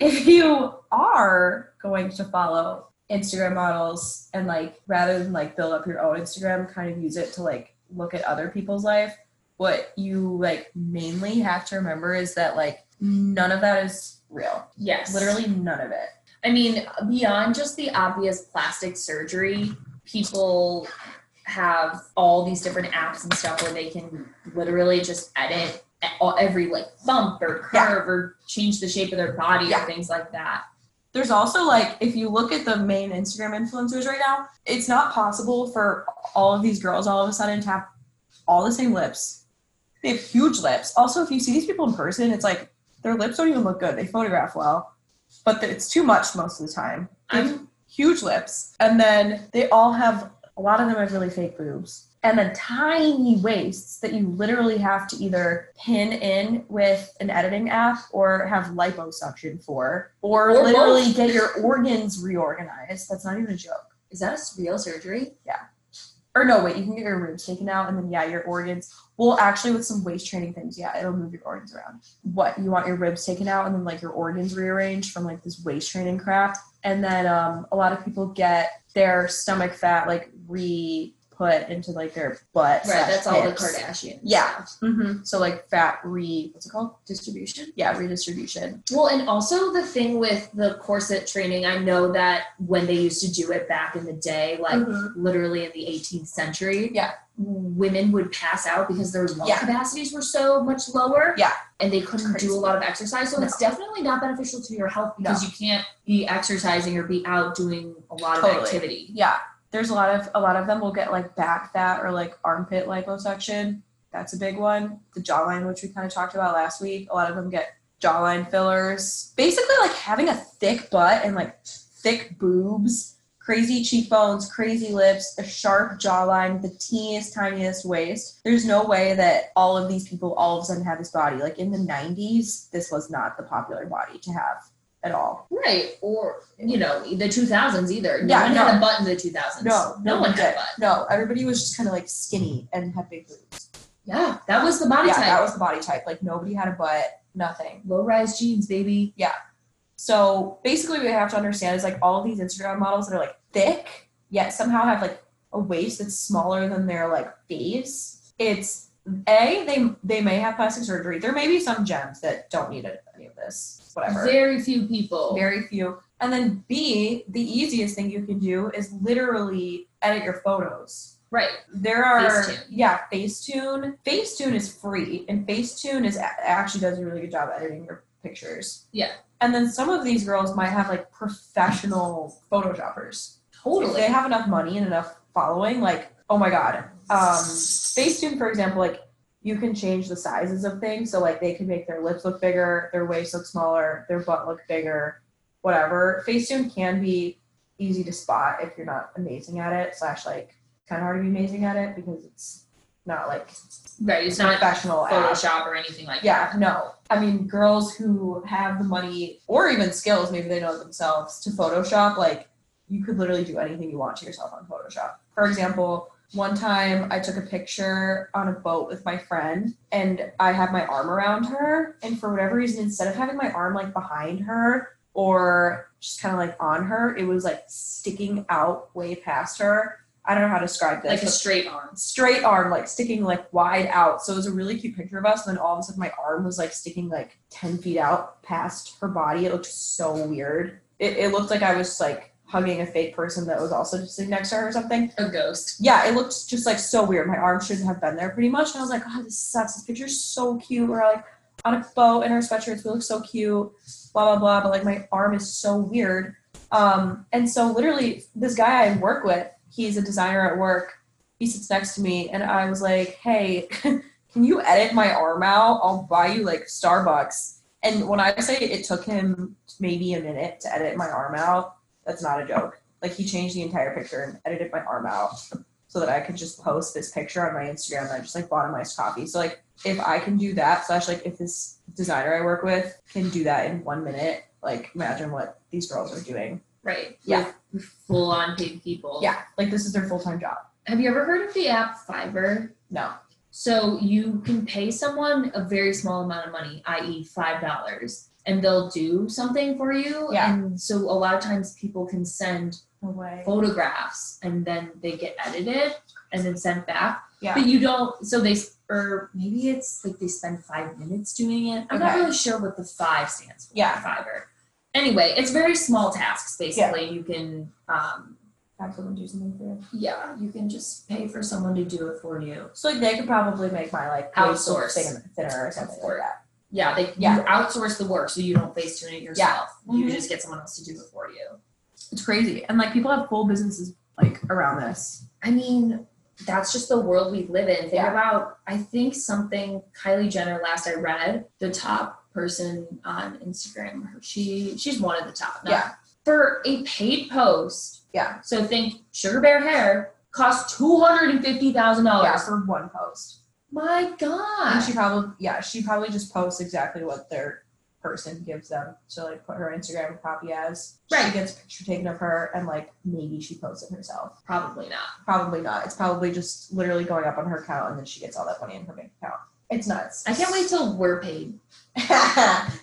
Speaker 2: if you are going to follow Instagram models and like rather than like build up your own Instagram, kind of use it to like look at other people's life, what you like mainly have to remember is that like none of that is real.
Speaker 3: Yes,
Speaker 2: Literally none of it.
Speaker 3: I mean, beyond just the obvious plastic surgery, people have all these different apps and stuff where they can literally just edit e- all- every like bump or
Speaker 2: Yeah.
Speaker 3: curve or change the shape of their body
Speaker 2: Yeah.
Speaker 3: or things like that.
Speaker 2: There's also like if you look at the main Instagram influencers right now, it's not possible for all of these girls all of a sudden to have all the same lips. They have huge lips. Also, if you see these people in person, it's like their lips don't even look good. They photograph well, but th- it's too much most of the time. They have huge lips, and then they all have a lot of them have really fake boobs, and then tiny waists that you literally have to either pin in with an editing app or have liposuction for, or,
Speaker 3: Or
Speaker 2: literally
Speaker 3: both.
Speaker 2: get your organs reorganized. That's not even a joke.
Speaker 3: Is that a real surgery?
Speaker 2: Or no, wait, you can get your ribs taken out and then yeah, your organs. Well, actually with some waist training things, yeah, it'll move your organs around. What, you want your ribs taken out and then like your organs rearranged from like this waist training crap. And then um, a lot of people get their stomach fat like re put into like their butt.
Speaker 3: Right,
Speaker 2: slash
Speaker 3: that's all the
Speaker 2: hips.
Speaker 3: Kardashians.
Speaker 2: Yeah. Mm-hmm. So like fat re what's it called?
Speaker 3: Distribution.
Speaker 2: Yeah, redistribution.
Speaker 3: Well, and also the thing with the corset training, I know that when they used to do it back in the day, like
Speaker 2: Mhm.
Speaker 3: literally in the 18th century,
Speaker 2: Yeah.
Speaker 3: women would pass out because their lung
Speaker 2: Yeah.
Speaker 3: capacities were so much lower,
Speaker 2: Yeah.
Speaker 3: and they couldn't
Speaker 2: Crazy.
Speaker 3: do a lot of exercise. So
Speaker 2: No.
Speaker 3: it's definitely not beneficial to your health
Speaker 2: No.
Speaker 3: because you can't be exercising or be out doing a lot
Speaker 2: Totally.
Speaker 3: of activity.
Speaker 2: yeah there's a lot of a lot of them will get like back fat or like armpit liposuction that's a big one the jawline which we kind of talked about last week a lot of them get jawline fillers basically like having a thick butt and like thick boobs crazy cheekbones crazy lips a sharp jawline the teeniest tiniest waist there's no way that all of these people all of a sudden have this body like in the 90s this was not the popular body to have at all
Speaker 3: Right, or you know the 2000s either. No
Speaker 2: Yeah,
Speaker 3: one
Speaker 2: no.
Speaker 3: had a butt in the 2000s.
Speaker 2: No,
Speaker 3: no one had a
Speaker 2: did.
Speaker 3: butt.
Speaker 2: No, everybody was just kind of like skinny and had big boobs.
Speaker 3: Yeah, that was the body
Speaker 2: yeah,
Speaker 3: type.
Speaker 2: that was the body type. Like nobody had a butt, nothing.
Speaker 3: Low-rise jeans, baby.
Speaker 2: So basically, what you have to understand is like all these Instagram models that are like thick, yet somehow have like a waist that's smaller than their like face. It's a they they may have plastic surgery. There may be some gems that don't need any of this. Whatever.
Speaker 3: Very few people.
Speaker 2: very few. And then B, the easiest thing you can do is literally edit your photos.
Speaker 3: right.
Speaker 2: There are
Speaker 3: Facetune.
Speaker 2: yeah, Facetune. Facetune is free, and Facetune is a- actually does a really good job editing your pictures.
Speaker 3: Yeah.
Speaker 2: And then some of these girls might have like professional photoshoppers. If
Speaker 3: Totally.
Speaker 2: they have enough money and enough following, like oh my god. Um, Facetune, for example, like you can change the sizes of things, so like they can make their lips look bigger, their waist look smaller, their butt look bigger, whatever. Facetune can be easy to spot if you're not amazing at it. Slash, like kind of hard to be amazing at it because it's not like
Speaker 3: right. It's not
Speaker 2: professional app.
Speaker 3: Photoshop or anything like
Speaker 2: Yeah, no. I mean, girls who have the money or even skills, maybe they know it themselves, to Photoshop, like, you could literally do anything you want to yourself on Photoshop. For example, one time I took a picture on a boat with my friend and I had my arm around her. And for whatever reason, instead of having my arm like behind her or just kind of like on her, it was like sticking out way past her. I don't know how to describe this.
Speaker 3: that. Like a
Speaker 2: but-
Speaker 3: straight arm.
Speaker 2: straight arm like sticking like wide out so it was a really cute picture of us and then all of a sudden my arm was like sticking like 10 feet out past her body it looked so weird it, it looked like i was like hugging a fake person that was also just like next to her or something.
Speaker 3: A ghost.
Speaker 2: Yeah, it looked just like so weird. My arm shouldn't have been there pretty much. And I was like, oh, this sucks. This picture's so cute. We're like on a boat in our sweatshirts. We look so cute. Blah blah blah. But like my arm is so weird. Um, and so literally this guy I work with, he's a designer at work. He sits next to me and I was like, Hey, can you edit my arm out? I'll buy you like Starbucks. And when I say it took him maybe a minute to edit my arm out, that's not a joke. Like he changed the entire picture and edited my arm out so that I could just post this picture on my Instagram that I just like bought him iced coffee. So like if I can do that, slash like if this designer I work with can do that in one minute, like imagine what these girls are doing.
Speaker 3: Right.
Speaker 2: Yeah.
Speaker 3: Full on paid people.
Speaker 2: Yeah, like this is their full time job.
Speaker 3: Have you ever heard of the app Fiverr?
Speaker 2: No.
Speaker 3: So you can pay someone a very small amount of money, i.e., five dollars, and they'll do something for you.
Speaker 2: Yeah.
Speaker 3: And so a lot of times people can send
Speaker 2: No way.
Speaker 3: photographs and then they get edited and then sent back.
Speaker 2: Yeah.
Speaker 3: But you don't. So they or maybe it's like they spend five minutes doing it. I'm not
Speaker 2: Okay.
Speaker 3: really sure what the five stands for.
Speaker 2: Yeah.
Speaker 3: Fiverr. Anyway, it's very small tasks basically. You can um,
Speaker 2: Have someone do something for you.
Speaker 3: yeah, you can just pay for someone to do it for you.
Speaker 2: So like they could probably make my like waist look
Speaker 3: Outsource.
Speaker 2: thin- thinner or something like that.
Speaker 3: Yeah, they
Speaker 2: Yeah.
Speaker 3: you outsource the work so you don't face tune it yourself. You
Speaker 2: Mhm.
Speaker 3: just get someone else to do it for you.
Speaker 2: It's crazy, and like people have full businesses like around this.
Speaker 3: I mean, that's just the world we live in. Think
Speaker 2: Yeah.
Speaker 3: about I think something Kylie Jenner last I read, the top person on Instagram, her- she she's one of the top. now.
Speaker 2: Yeah.
Speaker 3: For a paid post.
Speaker 2: Yeah.
Speaker 3: So think Sugar Bear Hair cost two hundred and fifty thousand
Speaker 2: yeah,
Speaker 3: dollars.
Speaker 2: for one post.
Speaker 3: My God.
Speaker 2: And she probably yeah she probably just posts exactly what their person gives them. So like put her Instagram copy as
Speaker 3: Right.
Speaker 2: She gets a picture taken of her, and like maybe she posts it herself.
Speaker 3: Probably not.
Speaker 2: Probably not. It's probably just literally going up on her account, and then she gets all that money in her bank account. It's nuts.
Speaker 3: I can't wait till we're paid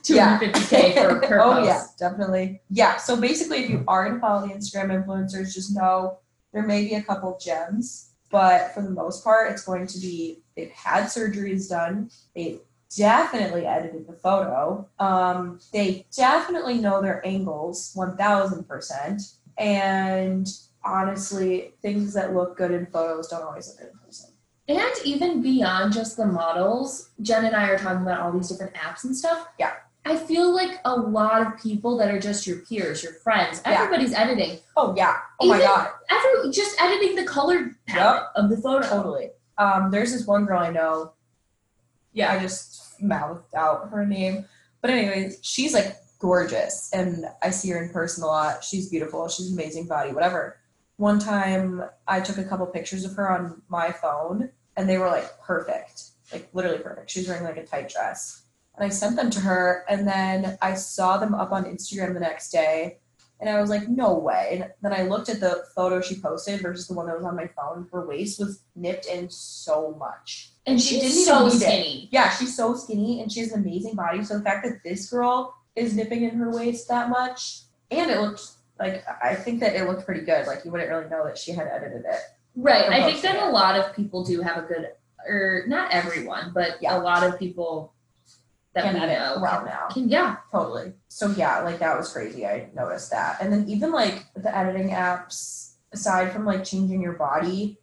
Speaker 3: two
Speaker 2: Yeah.
Speaker 3: hundred fifty k for per
Speaker 2: oh
Speaker 3: post.
Speaker 2: yeah, definitely. Yeah. So basically, if you are gonna follow the Instagram influencers, just know there may be a couple gems, but for the most part, it's going to be they've had surgeries done. They definitely edited the photo. Um, they definitely know their angles, one thousand percent. And honestly, things that look good in photos don't always look good in person.
Speaker 3: And even beyond just the models, Jen and I are talking about all these different apps and stuff.
Speaker 2: Yeah.
Speaker 3: I feel like a lot of people that are just your peers, your friends,
Speaker 2: Yeah.
Speaker 3: everybody's editing.
Speaker 2: Oh yeah. Oh my
Speaker 3: Even-
Speaker 2: god.
Speaker 3: Every just editing the color palette of the photo.
Speaker 2: Totally. Um, there's this one girl I know yeah, I just mouthed out her name. But anyways, she's like gorgeous, and I see her in person a lot. She's beautiful. She's an amazing body. Whatever. One time, I took a couple pictures of her on my phone, and they were like perfect, like literally perfect. She's wearing like a tight dress, and I sent them to her. And then I saw them up on Instagram the next day, and I was like, no way. And then I looked at the photo she posted versus the one that was on my phone. Her waist was nipped in so much.
Speaker 3: And she
Speaker 2: She's
Speaker 3: didn't
Speaker 2: so
Speaker 3: even need it.
Speaker 2: skinny. Yeah, she's so skinny and she has an amazing body. So the fact that this girl is nipping in her waist that much, and it looked like I think that it looked pretty good. Like you wouldn't really know that she had edited it.
Speaker 3: Right. I
Speaker 2: Promotion,
Speaker 3: think that
Speaker 2: yeah.
Speaker 3: a lot of people do have a good or not everyone, but
Speaker 2: Yeah.
Speaker 3: a lot of people that
Speaker 2: and
Speaker 3: we
Speaker 2: edit
Speaker 3: know
Speaker 2: well now.
Speaker 3: can yeah.
Speaker 2: Totally. So yeah, like that was crazy. I noticed that. And then even like the editing apps, aside from like changing your body,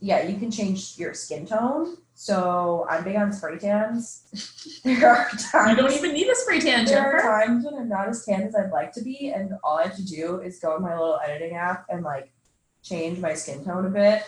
Speaker 2: yeah, you can change your skin tone. So I'm big on spray tans. there are times
Speaker 3: You don't even need a spray tan,
Speaker 2: There
Speaker 3: Jennifer.
Speaker 2: are times when I'm not as tan as I'd like to be, and all I have to do is go in my little editing app and like change my skin tone a bit,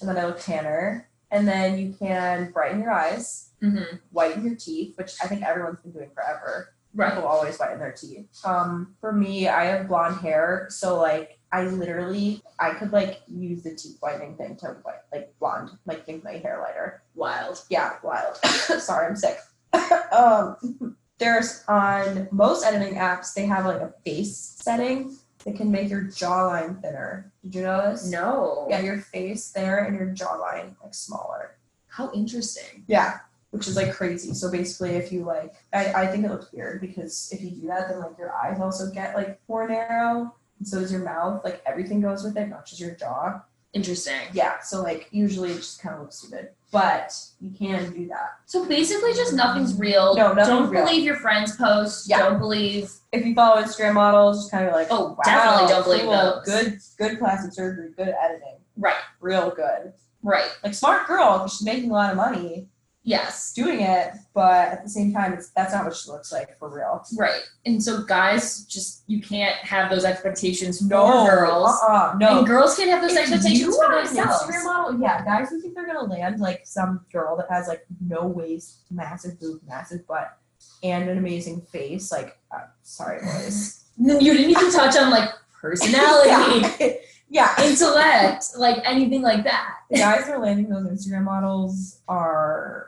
Speaker 2: and then I look tanner. And then you can brighten your eyes,
Speaker 3: Mm-hmm.
Speaker 2: whiten your teeth, which I think everyone's been doing forever.
Speaker 3: Right.
Speaker 2: People always whiten their teeth. Um, for me, I have blonde hair, so like I literally I could like use the teeth whitening thing to white like blonde, like make my hair lighter
Speaker 3: Wild.
Speaker 2: yeah, wild. Sorry, I'm sick. um, there's on most editing apps, they have like a face setting that can make your jawline thinner. Did you know this?
Speaker 3: No.
Speaker 2: Yeah, your face thinner and your jawline like smaller.
Speaker 3: How interesting.
Speaker 2: Yeah. Which is like crazy. So basically, if you like, I, I think it looks weird because if you do that, then like your eyes also get like more narrow, and so does your mouth. Like everything goes with it, not just your jaw.
Speaker 3: Interesting.
Speaker 2: Yeah, so like usually it just kind of looks stupid, but you can do that.
Speaker 3: So basically, just nothing's real.
Speaker 2: No, nothing's
Speaker 3: Don't
Speaker 2: real.
Speaker 3: believe your friends post.
Speaker 2: Yeah.
Speaker 3: Don't believe.
Speaker 2: If you follow Instagram models, just kind of like,
Speaker 3: Oh,
Speaker 2: wow,
Speaker 3: definitely don't believe
Speaker 2: cool,
Speaker 3: those.
Speaker 2: Good, good plastic surgery, good editing,
Speaker 3: Right.
Speaker 2: real good.
Speaker 3: Right.
Speaker 2: Like smart girl, 'cause she's making a lot of money
Speaker 3: Yes.
Speaker 2: doing it, but at the same time, it's, that's not what she looks like for real.
Speaker 3: Right. And so guys, just you can't have those expectations for
Speaker 2: No,
Speaker 3: girls.
Speaker 2: uh-uh, no.
Speaker 3: And girls can't have those
Speaker 2: If
Speaker 3: expectations
Speaker 2: you
Speaker 3: for
Speaker 2: are an Instagram
Speaker 3: themselves.
Speaker 2: model, yeah, guys who think they're gonna land like some girl that has like no waist, massive boob, massive butt, and an amazing face. Like, uh, sorry, boys.
Speaker 3: No, You didn't even touch on like personality,
Speaker 2: yeah,
Speaker 3: intellect, like anything like that.
Speaker 2: the guys who are landing those Instagram models are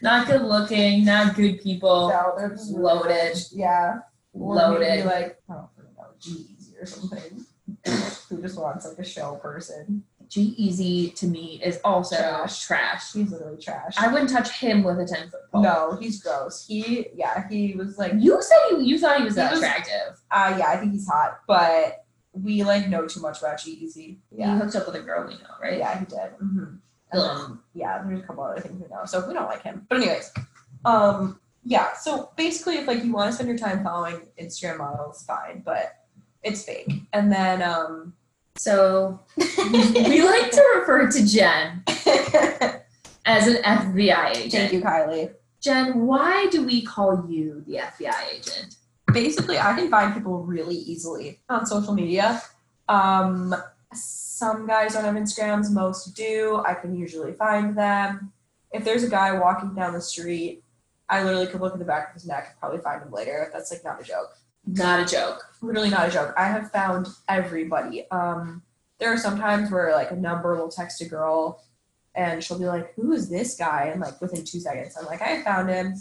Speaker 3: Not good looking, not good people.
Speaker 2: no, they're just
Speaker 3: Loaded.
Speaker 2: Yeah, Or maybe,
Speaker 3: Loaded.
Speaker 2: like I don't freaking know, Jeezy or something. who just wants like a show person?
Speaker 3: G Easy to me is also
Speaker 2: Trash.
Speaker 3: trash.
Speaker 2: He's literally trash.
Speaker 3: I wouldn't touch him with a ten foot pole.
Speaker 2: no, he's gross. He yeah, he was like
Speaker 3: You said you, you thought he was
Speaker 2: He
Speaker 3: that
Speaker 2: was-
Speaker 3: attractive.
Speaker 2: Uh, yeah, I think he's hot, but we like know too much about G-Eazy.
Speaker 3: He
Speaker 2: Yeah,
Speaker 3: hooked up with a girl we know, right?
Speaker 2: yeah, he did. Mm-hmm.
Speaker 3: Ugh.
Speaker 2: yeah, there's a couple other things we know, so we don't like him. But anyways, um, yeah. So basically, if like you want to spend your time following Instagram models, fine, but it's fake. And then um,
Speaker 3: So we like to refer to Jen
Speaker 2: thank
Speaker 3: as an FBI agent.
Speaker 2: you, Kylie.
Speaker 3: Jen, why do we call you the FBI agent?
Speaker 2: Basically, I can find people really easily on social media. Um, some guys don't have Instagrams, most do. I can usually find them. If there's a guy walking down the street, I literally could look at the back of his neck and probably find him later. That's like not a joke.
Speaker 3: Not a joke.
Speaker 2: Literally not a joke. I have found everybody. Um, there are some times where like a number will text a girl and she'll be like, Who is this guy? And like within two seconds, I'm like, I found him.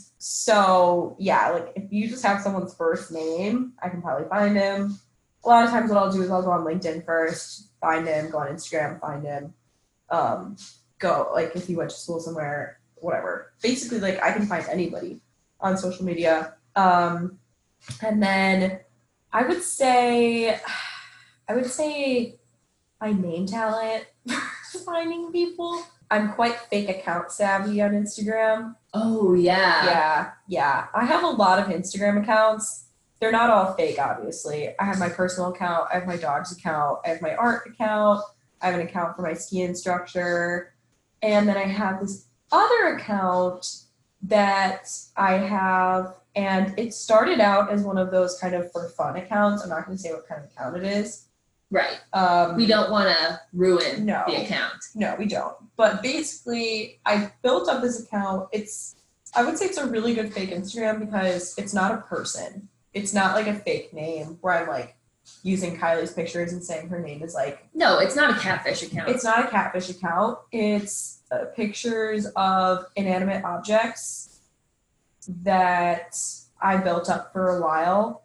Speaker 2: So yeah, like if you just have someone's first name, I can probably find him. A lot of times what I'll do is I'll go on LinkedIn first, find him, go on Instagram, find him. Um, go like if you went to school somewhere, whatever. Basically, like I can find anybody on social media. Um, and then I would say, I would say my main talent for finding people. I'm quite fake account savvy on Instagram.
Speaker 3: Oh yeah.
Speaker 2: Yeah, yeah. I have a lot of Instagram accounts. They're not all fake, obviously. I have my personal account, I have my dog's account, I have my art account, I have an account for my ski instructor, and then I have this other account that I have, and it started out as one of those kind of for fun accounts. I'm not going to say what kind of account it is.
Speaker 3: Right.
Speaker 2: Um,
Speaker 3: We don't want to ruin
Speaker 2: No.
Speaker 3: the account.
Speaker 2: no, we don't. But basically, I built up this account. It's, I would say it's a really good fake Instagram because it's not a person. It's not like a fake name where I'm like using Kylie's pictures and saying her name is like,
Speaker 3: No, it's not a catfish account.
Speaker 2: it's not a catfish account. It's uh, pictures of inanimate objects that I built up for a while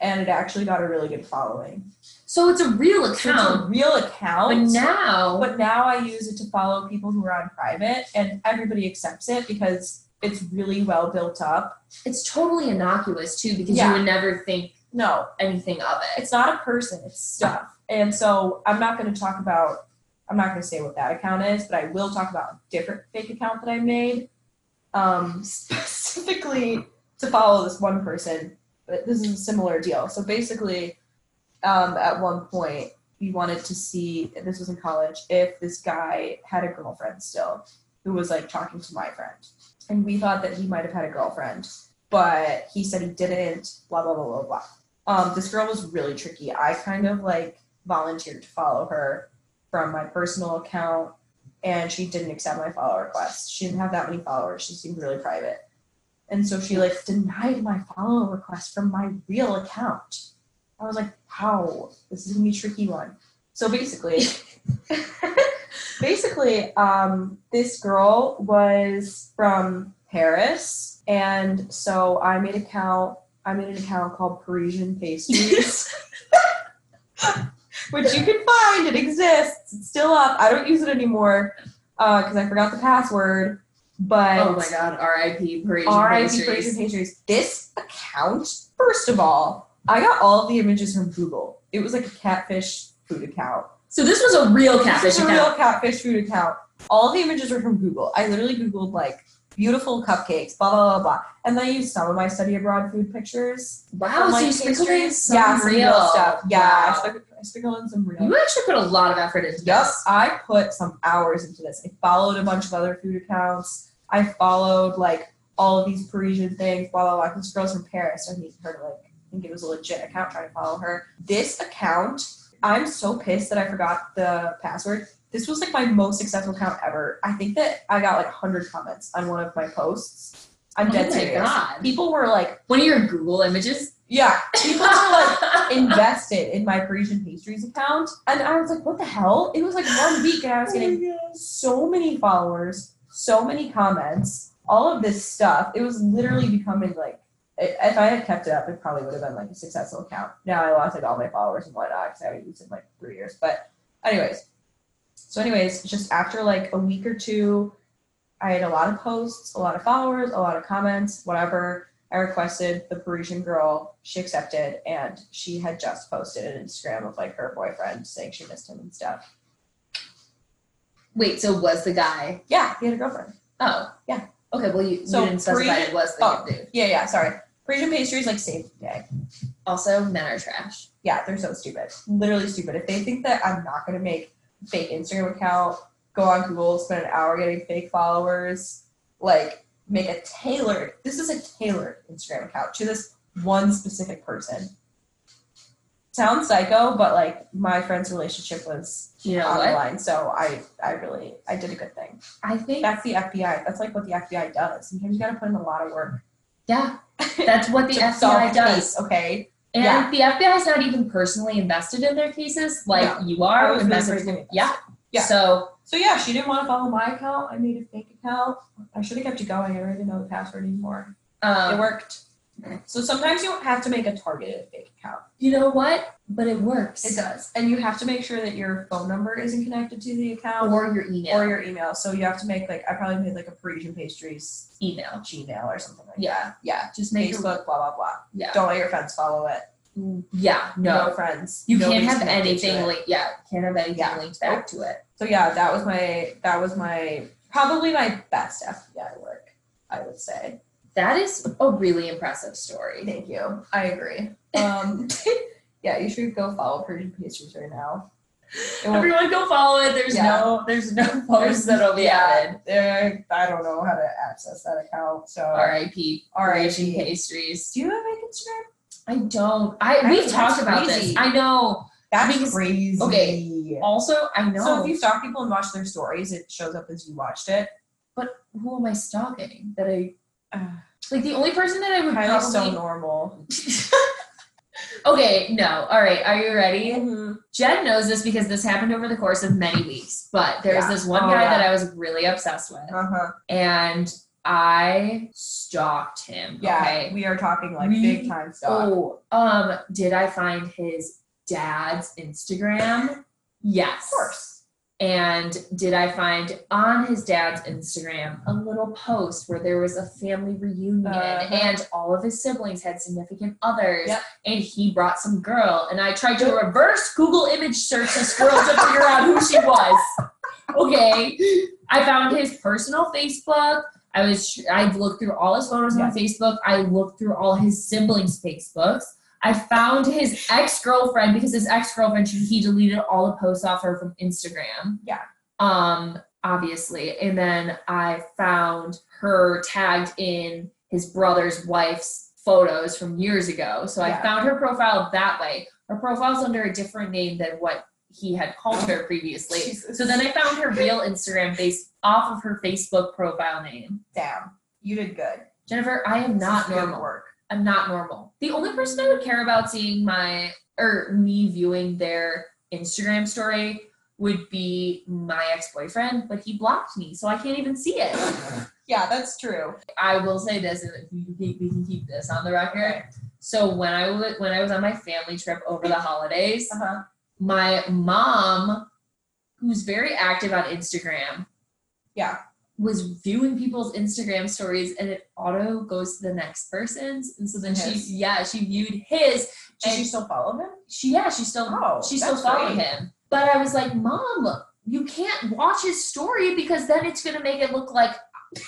Speaker 2: and it actually got a really good following.
Speaker 3: so it's a real
Speaker 2: So it's a
Speaker 3: account,
Speaker 2: real account.
Speaker 3: but now
Speaker 2: But now I use it to follow people who are on private, and everybody accepts it because it's really well built up.
Speaker 3: it's totally innocuous too because
Speaker 2: Yeah.
Speaker 3: you would never think
Speaker 2: No,
Speaker 3: anything of it.
Speaker 2: it's not a person, it's stuff. And so I'm not going to talk about, I'm not going to say what that account is, but I will talk about a different fake account that I made um, specifically to follow this one person. But this is a similar deal. So basically, um, at one point, we wanted to see, this was in college, if this guy had a girlfriend still who was like talking to my friend. And we thought that he might have had a girlfriend, but he said he didn't, blah, blah, blah, blah, blah. Um, this girl was really tricky. I kind of like volunteered to follow her from my personal account, and she didn't accept my follow request. She didn't have that many followers. She seemed really private. And so she like denied my follow request from my real account. I was like, wow, this is gonna be a tricky one. So basically, basically, um, this girl was from Paris, and so I made an account. I made an account called Parisian Pastries, which you can find. It exists. It's still up. I don't use it anymore because I forgot the password. But
Speaker 3: oh my god, RIP Parisian
Speaker 2: RIP
Speaker 3: pastries.
Speaker 2: Parisian Pastries. This account, first of all, I got all of the images from Google. It was like a catfish food account.
Speaker 3: So this was a real catfish
Speaker 2: This is a real
Speaker 3: account.
Speaker 2: catfish food account. All the images are from Google. I literally Googled like beautiful cupcakes, blah blah blah blah, and then I used some of my study abroad food pictures.
Speaker 3: Wow,
Speaker 2: from,
Speaker 3: Oh, so
Speaker 2: like,
Speaker 3: you sprinkled in
Speaker 2: pastries.
Speaker 3: some
Speaker 2: yeah, some
Speaker 3: real
Speaker 2: stuff. Yeah, I,
Speaker 3: Wow.
Speaker 2: sprinkled, I sprinkled in some real.
Speaker 3: You actually put a lot of effort into
Speaker 2: Yep,
Speaker 3: this.
Speaker 2: I put some hours into this. I followed a bunch of other food accounts. I followed like all of these Parisian things, blah blah blah. This girl's from Paris. I mean, her like I think it was a legit account trying to follow her. This account, I'm so pissed that I forgot the password. This was like my most successful account ever. I think that I got like 100 comments on one of my posts. I'm
Speaker 3: oh
Speaker 2: dead
Speaker 3: my
Speaker 2: serious.
Speaker 3: god.
Speaker 2: People were like,
Speaker 3: One of your Google images.
Speaker 2: yeah, people were like invested in my Parisian pastries account. And I was like, what the hell? It was like one week and I was getting so many followers, so many comments, all of this stuff. It was literally becoming like, i- if I had kept it up, it probably would have been like a successful account. Now I lost like all my followers and whatnot because I haven't used it in like three years. But, anyways, so, anyways, just after like a week or two, I had a lot of posts, a lot of followers, a lot of comments, whatever. I requested the Parisian girl. She accepted, and she had just posted an Instagram of like her boyfriend saying she missed him and stuff.
Speaker 3: Wait, so was the guy?
Speaker 2: Yeah, he had a girlfriend.
Speaker 3: Oh,
Speaker 2: Yeah.
Speaker 3: Okay, well you,
Speaker 2: So
Speaker 3: you didn't specify
Speaker 2: pre-
Speaker 3: it was the
Speaker 2: oh.
Speaker 3: dude.
Speaker 2: Yeah, yeah. Sorry, Parisian pastries like saved the day.
Speaker 3: Also, men are trash.
Speaker 2: Yeah, they're so stupid. Literally stupid. If they think that I'm not gonna make a fake Instagram account, go on Google, spend an hour getting fake followers, like make a tailored. This is a tailored Instagram account to this one specific person. Sounds psycho, but like my friend's relationship was
Speaker 3: You know what?
Speaker 2: online. So I, I really, I did a good thing.
Speaker 3: Uh, I think
Speaker 2: That's the FBI. That's like what the FBI does. Sometimes you got to put in a lot of work.
Speaker 3: yeah, that's what the
Speaker 2: to solve
Speaker 3: FBI
Speaker 2: a
Speaker 3: does.
Speaker 2: case, okay.
Speaker 3: And
Speaker 2: Yeah.
Speaker 3: the FBI is not even personally invested in their cases like
Speaker 2: No.
Speaker 3: you
Speaker 2: I
Speaker 3: are.
Speaker 2: was
Speaker 3: when
Speaker 2: gonna
Speaker 3: that's
Speaker 2: say
Speaker 3: what-
Speaker 2: something.
Speaker 3: yeah.
Speaker 2: Yeah.
Speaker 3: So
Speaker 2: So yeah, she didn't want to follow my account. I made a fake account. I should have kept it going. I don't even know the password anymore. it
Speaker 3: um,
Speaker 2: worked. So sometimes you have to make a targeted fake account.
Speaker 3: you know what? But it works.
Speaker 2: It does, and you have to make sure that your phone number isn't connected to the account
Speaker 3: Or your email.
Speaker 2: or your email. So you have to make like I probably made like a Parisian pastries
Speaker 3: email.
Speaker 2: Gmail or something like
Speaker 3: Yeah.
Speaker 2: that. Yeah.
Speaker 3: Just make your
Speaker 2: Facebook, blah blah blah.
Speaker 3: yeah.
Speaker 2: Don't let your friends follow it.
Speaker 3: Yeah. No.
Speaker 2: no, friends.
Speaker 3: You can't
Speaker 2: Nobody's
Speaker 3: have
Speaker 2: connected to
Speaker 3: anything
Speaker 2: it.
Speaker 3: linked. Yeah. Can't have anything
Speaker 2: Yeah.
Speaker 3: linked back to it.
Speaker 2: So yeah, that was my that was my probably my best FBI work. I would say.
Speaker 3: That is a really impressive story.
Speaker 2: Thank you. I agree. Um, yeah, you should go follow Persian pastries right now. It won't-
Speaker 3: Everyone go follow it. There's
Speaker 2: Yeah.
Speaker 3: no there's no posts that'll be added.
Speaker 2: there- I don't know how to access that account. So
Speaker 3: R.I.P.
Speaker 2: R.I.P..
Speaker 3: pastries.
Speaker 2: do you have an Instagram?
Speaker 3: I don't. I
Speaker 2: I
Speaker 3: we've
Speaker 2: think
Speaker 3: talked
Speaker 2: that's
Speaker 3: about
Speaker 2: crazy.
Speaker 3: this. I know.
Speaker 2: That's
Speaker 3: Because-
Speaker 2: crazy.
Speaker 3: okay. Also, I know.
Speaker 2: So if you stalk people and watch their stories, it shows up as you watched it.
Speaker 3: who am I stalking? That I
Speaker 2: Uh,
Speaker 3: like the only person that I would
Speaker 2: Kylie's so
Speaker 3: probably.
Speaker 2: normal.
Speaker 3: okay, no. All right, are you ready? Jed knows this because this happened over the course of many weeks. But there's
Speaker 2: Yeah.
Speaker 3: this one
Speaker 2: Oh,
Speaker 3: guy
Speaker 2: yeah.
Speaker 3: that I was really obsessed with,
Speaker 2: Uh huh.
Speaker 3: and I stalked him.
Speaker 2: Yeah,
Speaker 3: Okay.
Speaker 2: we are talking like
Speaker 3: We-
Speaker 2: big time stuff.
Speaker 3: Oh, um, did I find his dad's Instagram? Yes.
Speaker 2: Of course.
Speaker 3: And did I find on his dad's Instagram a little post where there was a family reunion
Speaker 2: Uh-huh.
Speaker 3: and all of his siblings had significant others
Speaker 2: Yep.
Speaker 3: and he brought some girl and I tried to reverse Google image search this girl to figure out who she was. Okay. I found his personal Facebook. I was I looked through all his photos on Facebook. I looked through all his siblings' Facebooks. I found his ex-girlfriend because his ex-girlfriend she, he deleted all the posts off her from Instagram.
Speaker 2: Yeah.
Speaker 3: Um obviously. And then I found her tagged in his brother's wife's photos from years ago. So I
Speaker 2: Yeah.
Speaker 3: found her profile that way. Her profile's under a different name than what he had called her previously.
Speaker 2: Jesus.
Speaker 3: So then I found her real Instagram based off of her Facebook profile name.
Speaker 2: Damn, you did good.
Speaker 3: Jennifer, I am not
Speaker 2: This is good
Speaker 3: normal.
Speaker 2: work.
Speaker 3: I'm not normal. The only person I would care about seeing my or me viewing their Instagram story would be my ex-boyfriend, but he blocked me, so I can't even see it.
Speaker 2: Yeah, that's true.
Speaker 3: I will say this, and we can keep, we can keep this on the record. So when I was when I was on my family trip over the holidays,
Speaker 2: Uh huh.
Speaker 3: my mom, who's very active on Instagram,
Speaker 2: Yeah.
Speaker 3: was viewing people's Instagram stories and it auto goes to the next person's. And so then
Speaker 2: His.
Speaker 3: she yeah, she viewed his
Speaker 2: Does she
Speaker 3: And-
Speaker 2: still follow him?
Speaker 3: she yeah, she still
Speaker 2: Oh,
Speaker 3: she still
Speaker 2: that's
Speaker 3: followed
Speaker 2: great.
Speaker 3: him. But I was like, Mom, you can't watch his story because then it's going to make it look like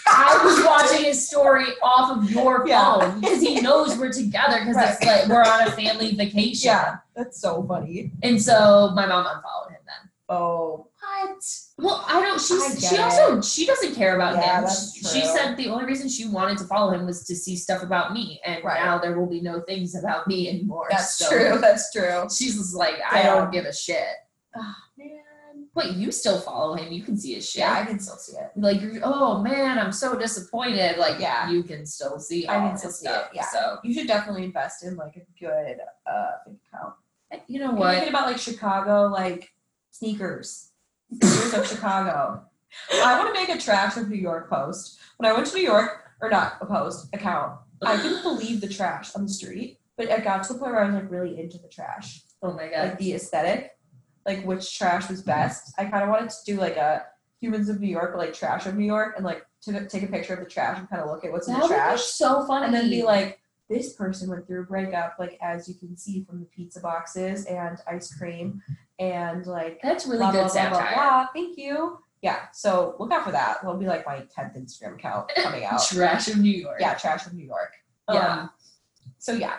Speaker 3: I was watching his story off of your
Speaker 2: Yeah.
Speaker 3: phone because he knows we're together because it's like we're on a family vacation.
Speaker 2: Yeah, that's so funny.
Speaker 3: And so my mom unfollowed him then.
Speaker 2: Oh,
Speaker 3: What? Well, I don't. She's,
Speaker 2: I get
Speaker 3: she also she doesn't care about
Speaker 2: Yeah,
Speaker 3: him.
Speaker 2: that's
Speaker 3: she, she
Speaker 2: true.
Speaker 3: said the only reason she wanted to follow him was to see stuff about me, and
Speaker 2: Right.
Speaker 3: now there will be no things about me anymore.
Speaker 2: that's
Speaker 3: So
Speaker 2: true. That's true.
Speaker 3: She's just like, I
Speaker 2: Yeah.
Speaker 3: don't give a shit.
Speaker 2: Oh, man.
Speaker 3: But you still follow him. You can see his shit.
Speaker 2: Yeah, I can still see it.
Speaker 3: like you're, oh man, I'm so disappointed. Like
Speaker 2: Yeah.
Speaker 3: you can still see
Speaker 2: I
Speaker 3: all
Speaker 2: can
Speaker 3: his
Speaker 2: still see
Speaker 3: stuff.
Speaker 2: it, yeah.
Speaker 3: So
Speaker 2: You should definitely invest in like a good uh fake account.
Speaker 3: Eh, you know
Speaker 2: I'm
Speaker 3: what?
Speaker 2: Thinking about like Chicago, like sneakers, sneakers of Chicago. I want to make a trash of New York post. When I went to New York, or not a post account, I couldn't believe the trash on the street. But I got to the point where I was like really into the trash.
Speaker 3: Oh my
Speaker 2: like
Speaker 3: god.
Speaker 2: the aesthetic, like which trash was best. I kind of wanted to do like a humans of New York, but like trash of New York, and like to take a picture of the trash and kind of look at what's in
Speaker 3: That
Speaker 2: the
Speaker 3: would be
Speaker 2: trash,
Speaker 3: so funny.
Speaker 2: and then be like, this person went through a breakup, like as you can see from the pizza boxes and ice cream, and like
Speaker 3: that's really
Speaker 2: blah,
Speaker 3: good
Speaker 2: blah, blah, blah,
Speaker 3: satire.
Speaker 2: blah. Thank you. Yeah, so look out for that. That'll be like my tenth Instagram account coming out.
Speaker 3: Trash of New York.
Speaker 2: yeah, trash of New York.
Speaker 3: Yeah.
Speaker 2: Um, so yeah,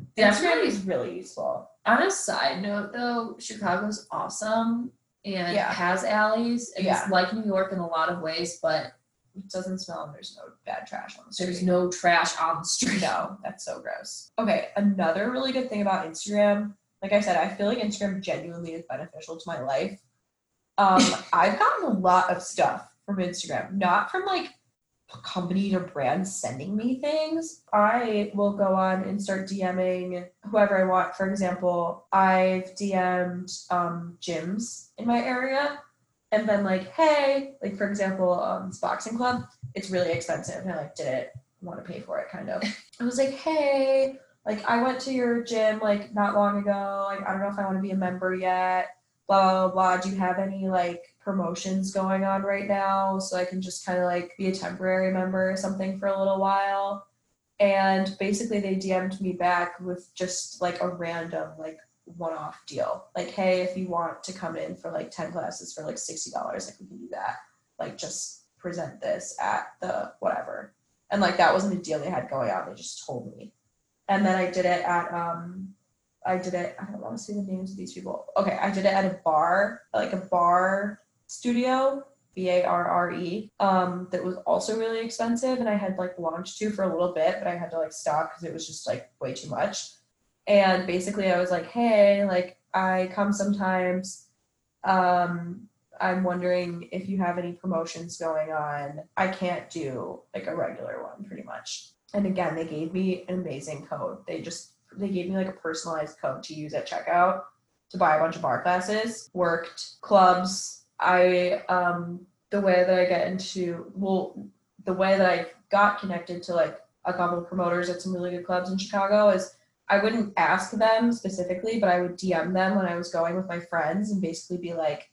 Speaker 2: Instagram
Speaker 3: Definitely.
Speaker 2: is really useful.
Speaker 3: On a side note, though, Chicago's awesome and
Speaker 2: Yeah.
Speaker 3: has alleys. And
Speaker 2: Yeah.
Speaker 3: It's like New York in a lot of ways, but
Speaker 2: It doesn't smell and there's no bad trash on the street.
Speaker 3: there's no trash on the street.
Speaker 2: No, that's so gross. Okay, another really good thing about Instagram, like I said, I feel like Instagram genuinely is beneficial to my life. Um, I've gotten a lot of stuff from Instagram, not from like companies or brands sending me things. I will go on and start DMing whoever I want. For example, I've DM'd um, gyms in my area and been like, hey, like for example, um, this boxing club, it's really expensive. And I like did it want to pay for it kind of i was like hey like i went to your gym like not long ago like i don't know if i want to be a member yet blah blah blah do you have any like promotions going on right now so i can just kind of like be a temporary member or something for a little while and basically they dm'd me back with just like a random like one-off deal like hey if you want to come in for like 10 classes for like $60 like we can do that like just present this at the whatever and like that wasn't a deal they had going on they just told me and then i did it at um i did it i don't want to say the names of these people okay i did it at a bar like a bar studio b-a-r-r-e um that was also really expensive and i had like launched to for a little bit but i had to like stop because it was just like way too much and basically i was like hey like i come sometimes um I'm wondering if you have any promotions going on. I can't do like a regular one pretty much. And again, they gave me an amazing code. They just they gave me like a personalized code to use at checkout to buy a bunch of bar classes, worked clubs. I um the way that I get into well the way that I got connected to like a couple of promoters at some really good clubs in Chicago is I wouldn't ask them specifically, but I would DM them when I was going with my friends and basically be like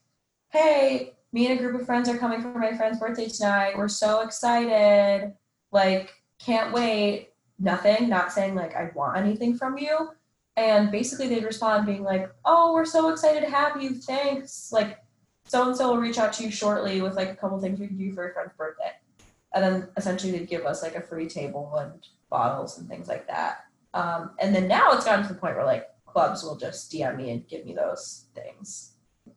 Speaker 2: hey, me and a group of friends are coming for my friend's birthday tonight. We're so excited. Like, can't wait. Nothing, not saying like I want anything from you. And basically they'd respond being like, oh, we're so excited to have you. Thanks. Like, so and so will reach out to you shortly with like a couple things we can do for your friend's birthday. And then essentially they'd give us like a free table and bottles and things like that. Um, and then now it's gotten to the point where like clubs will just DM me and give me those things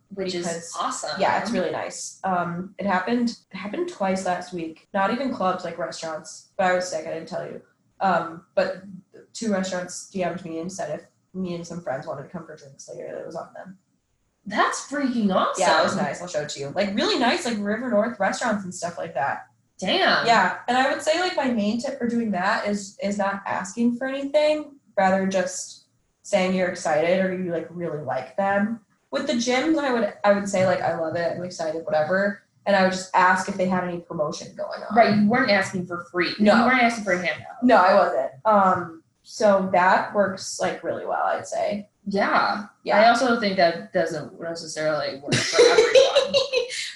Speaker 3: Which is
Speaker 2: Because-
Speaker 3: awesome.
Speaker 2: yeah it's really nice um it happened it happened twice last week not even clubs like restaurants but i was sick i didn't tell you um but two restaurants dm'd me and said if me and some friends wanted to come for drinks later that was on them
Speaker 3: That's freaking awesome.
Speaker 2: yeah it was nice i'll show it to you like really nice like river north restaurants and stuff like that
Speaker 3: Damn.
Speaker 2: yeah and i would say like my main tip for doing that is is not asking for anything rather just saying you're excited or you like really like them. With the gyms, I would I would say like I love it, I'm excited, whatever, and I would just ask if they had any promotion going on.
Speaker 3: Right. You weren't asking for free.
Speaker 2: No.
Speaker 3: You weren't asking for a handout.
Speaker 2: No, I wasn't. Um, so that works like really well, I'd say.
Speaker 3: Yeah. I
Speaker 2: Yeah,
Speaker 3: also think that doesn't necessarily work for everyone.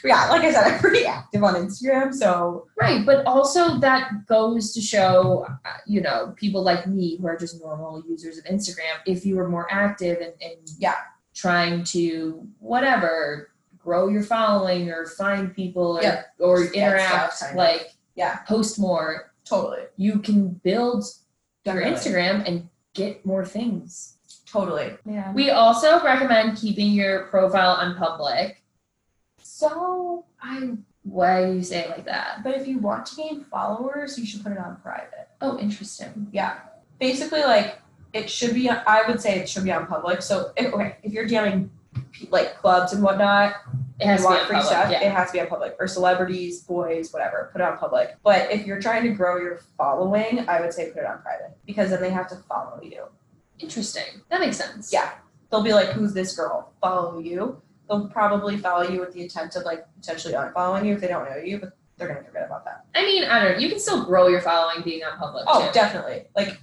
Speaker 2: yeah. Like I said, I'm pretty active on Instagram, so
Speaker 3: Right, but also that goes to show, uh, you know, people like me who are just normal users of Instagram. If you were more active and, and
Speaker 2: Yeah.
Speaker 3: trying to whatever grow your following or find people or,
Speaker 2: Yeah.
Speaker 3: or
Speaker 2: Just get
Speaker 3: interact
Speaker 2: stuff, kind of.
Speaker 3: like
Speaker 2: Yeah.
Speaker 3: post more
Speaker 2: Totally.
Speaker 3: you can build your
Speaker 2: Definitely.
Speaker 3: instagram and get more things
Speaker 2: Totally. Yeah.
Speaker 3: we also recommend keeping your profile on public
Speaker 2: So I
Speaker 3: why do you say it like that
Speaker 2: but if you want to gain followers, you should put it on private.
Speaker 3: oh interesting
Speaker 2: Yeah. Basically like it should be I would say it should be on public. So if, okay, if you're DMing pe- like clubs and whatnot,
Speaker 3: it has
Speaker 2: you
Speaker 3: to be
Speaker 2: want
Speaker 3: on
Speaker 2: free
Speaker 3: public
Speaker 2: stuff,
Speaker 3: yeah
Speaker 2: it has to be on public. Or celebrities, boys, whatever, put it on public. But if you're trying to grow your following, I would say put it on private because then they have to follow you.
Speaker 3: interesting that makes sense
Speaker 2: Yeah. They'll be like, who's this girl? Follow you. They'll probably follow you with the intent of like potentially unfollowing you if they don't know you, but they're gonna forget about that.
Speaker 3: i mean i don't know you can still grow your following being on public
Speaker 2: Oh,
Speaker 3: too.
Speaker 2: definitely. Like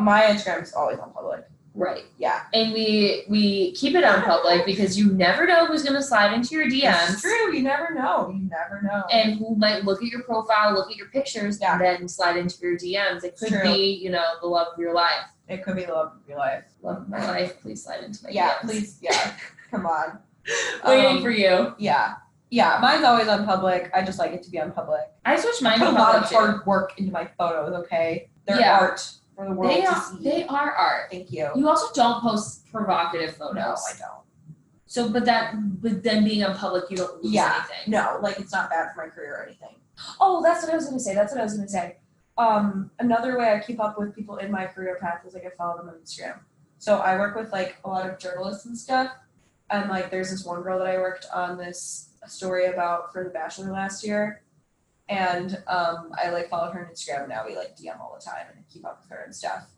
Speaker 2: my Instagram is always on public.
Speaker 3: right
Speaker 2: Yeah.
Speaker 3: and we we keep it on public because you never know who's going to slide into your
Speaker 2: It's
Speaker 3: DMs
Speaker 2: true. You never know. You never know.
Speaker 3: and who might look at your profile, look at your pictures,
Speaker 2: Yeah.
Speaker 3: and then slide into your DMs. It could
Speaker 2: True.
Speaker 3: be, you know, the love of your life.
Speaker 2: it could be the love of your life.
Speaker 3: Love of my life, please slide into my
Speaker 2: Yeah,
Speaker 3: DMs.
Speaker 2: please. Yeah. Come on.
Speaker 3: Waiting
Speaker 2: Um,
Speaker 3: for you.
Speaker 2: Yeah. Yeah. Mine's always on public. I just like it to be on public.
Speaker 3: I switched
Speaker 2: I
Speaker 3: mine
Speaker 2: put
Speaker 3: to
Speaker 2: a lot
Speaker 3: public
Speaker 2: of
Speaker 3: too.
Speaker 2: hard work into my photos, okay? They're
Speaker 3: Yeah.
Speaker 2: art for the world
Speaker 3: They
Speaker 2: to
Speaker 3: are,
Speaker 2: see.
Speaker 3: they are art.
Speaker 2: Thank you.
Speaker 3: You also don't post provocative photos.
Speaker 2: No, I don't.
Speaker 3: So, but that, but then being on public, you don't lose
Speaker 2: Yeah.
Speaker 3: anything.
Speaker 2: No, like it's not bad for my career or anything. Oh, that's what I was gonna say. That's what I was gonna say. Um, another way I keep up with people in my career path is like I follow them on Instagram. So I work with like a lot of journalists and stuff. And like there's this one girl that I worked on this story about for The Bachelor last year. And um, I like follow her on Instagram now. We like DM all the time and I keep up with her and stuff.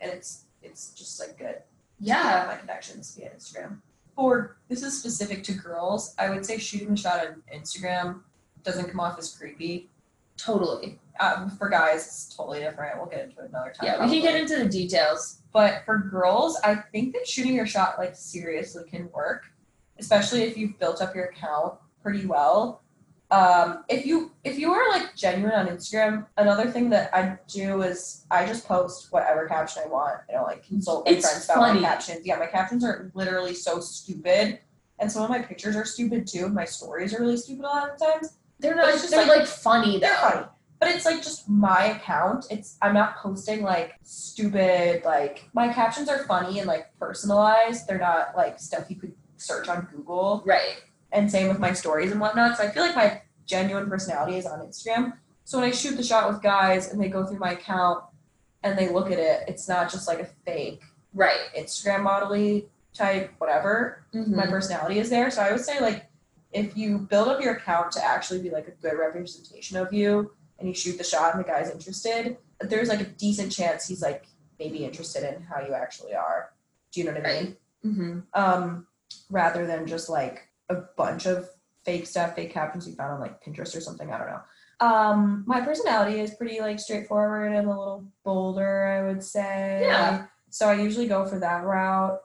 Speaker 2: And it's it's just like good
Speaker 3: Yeah.
Speaker 2: my connections via Instagram. For this is specific to girls, I would say shooting a shot on Instagram doesn't come off as creepy.
Speaker 3: Totally.
Speaker 2: Um, for guys, it's totally different. We'll get into it another time.
Speaker 3: Yeah, we can
Speaker 2: probably.
Speaker 3: get into the details.
Speaker 2: But for girls, I think that shooting your shot like seriously can work, especially if you've built up your account pretty well. Um, if you if you are like genuine on Instagram, another thing that I do is I just post whatever caption I want. I don't like consult my
Speaker 3: It's
Speaker 2: friends about
Speaker 3: funny.
Speaker 2: my captions. Yeah, my captions are literally so stupid, and some of my pictures are stupid too. My stories are really stupid a lot of times
Speaker 3: They're
Speaker 2: But
Speaker 3: not,
Speaker 2: it's just
Speaker 3: they're like,
Speaker 2: like-
Speaker 3: funny though.
Speaker 2: they're funny. But it's like just my account. It's I'm not posting like stupid like my captions are funny and like personalized. They're not like stuff you could search on Google.
Speaker 3: Right.
Speaker 2: And same with my stories and whatnot. So I feel like my genuine personality is on Instagram. So when I shoot the shot with guys and they go through my account and they look at it, it's not just like a fake
Speaker 3: Right.
Speaker 2: Instagram modely type whatever my
Speaker 3: Mhm.
Speaker 2: personality is there. So I would say like if you build up your account to actually be like a good representation of you and you shoot the shot and the guy's interested, there's like a decent chance he's like maybe interested in how you actually are. Do you know what I mean?
Speaker 3: Mhm.
Speaker 2: Um rather than just like a bunch of fake stuff, fake captions you found on like Pinterest or something. I don't know. Um my personality is pretty like straightforward and a little bolder, I would say.
Speaker 3: Yeah.
Speaker 2: So I usually go for that route.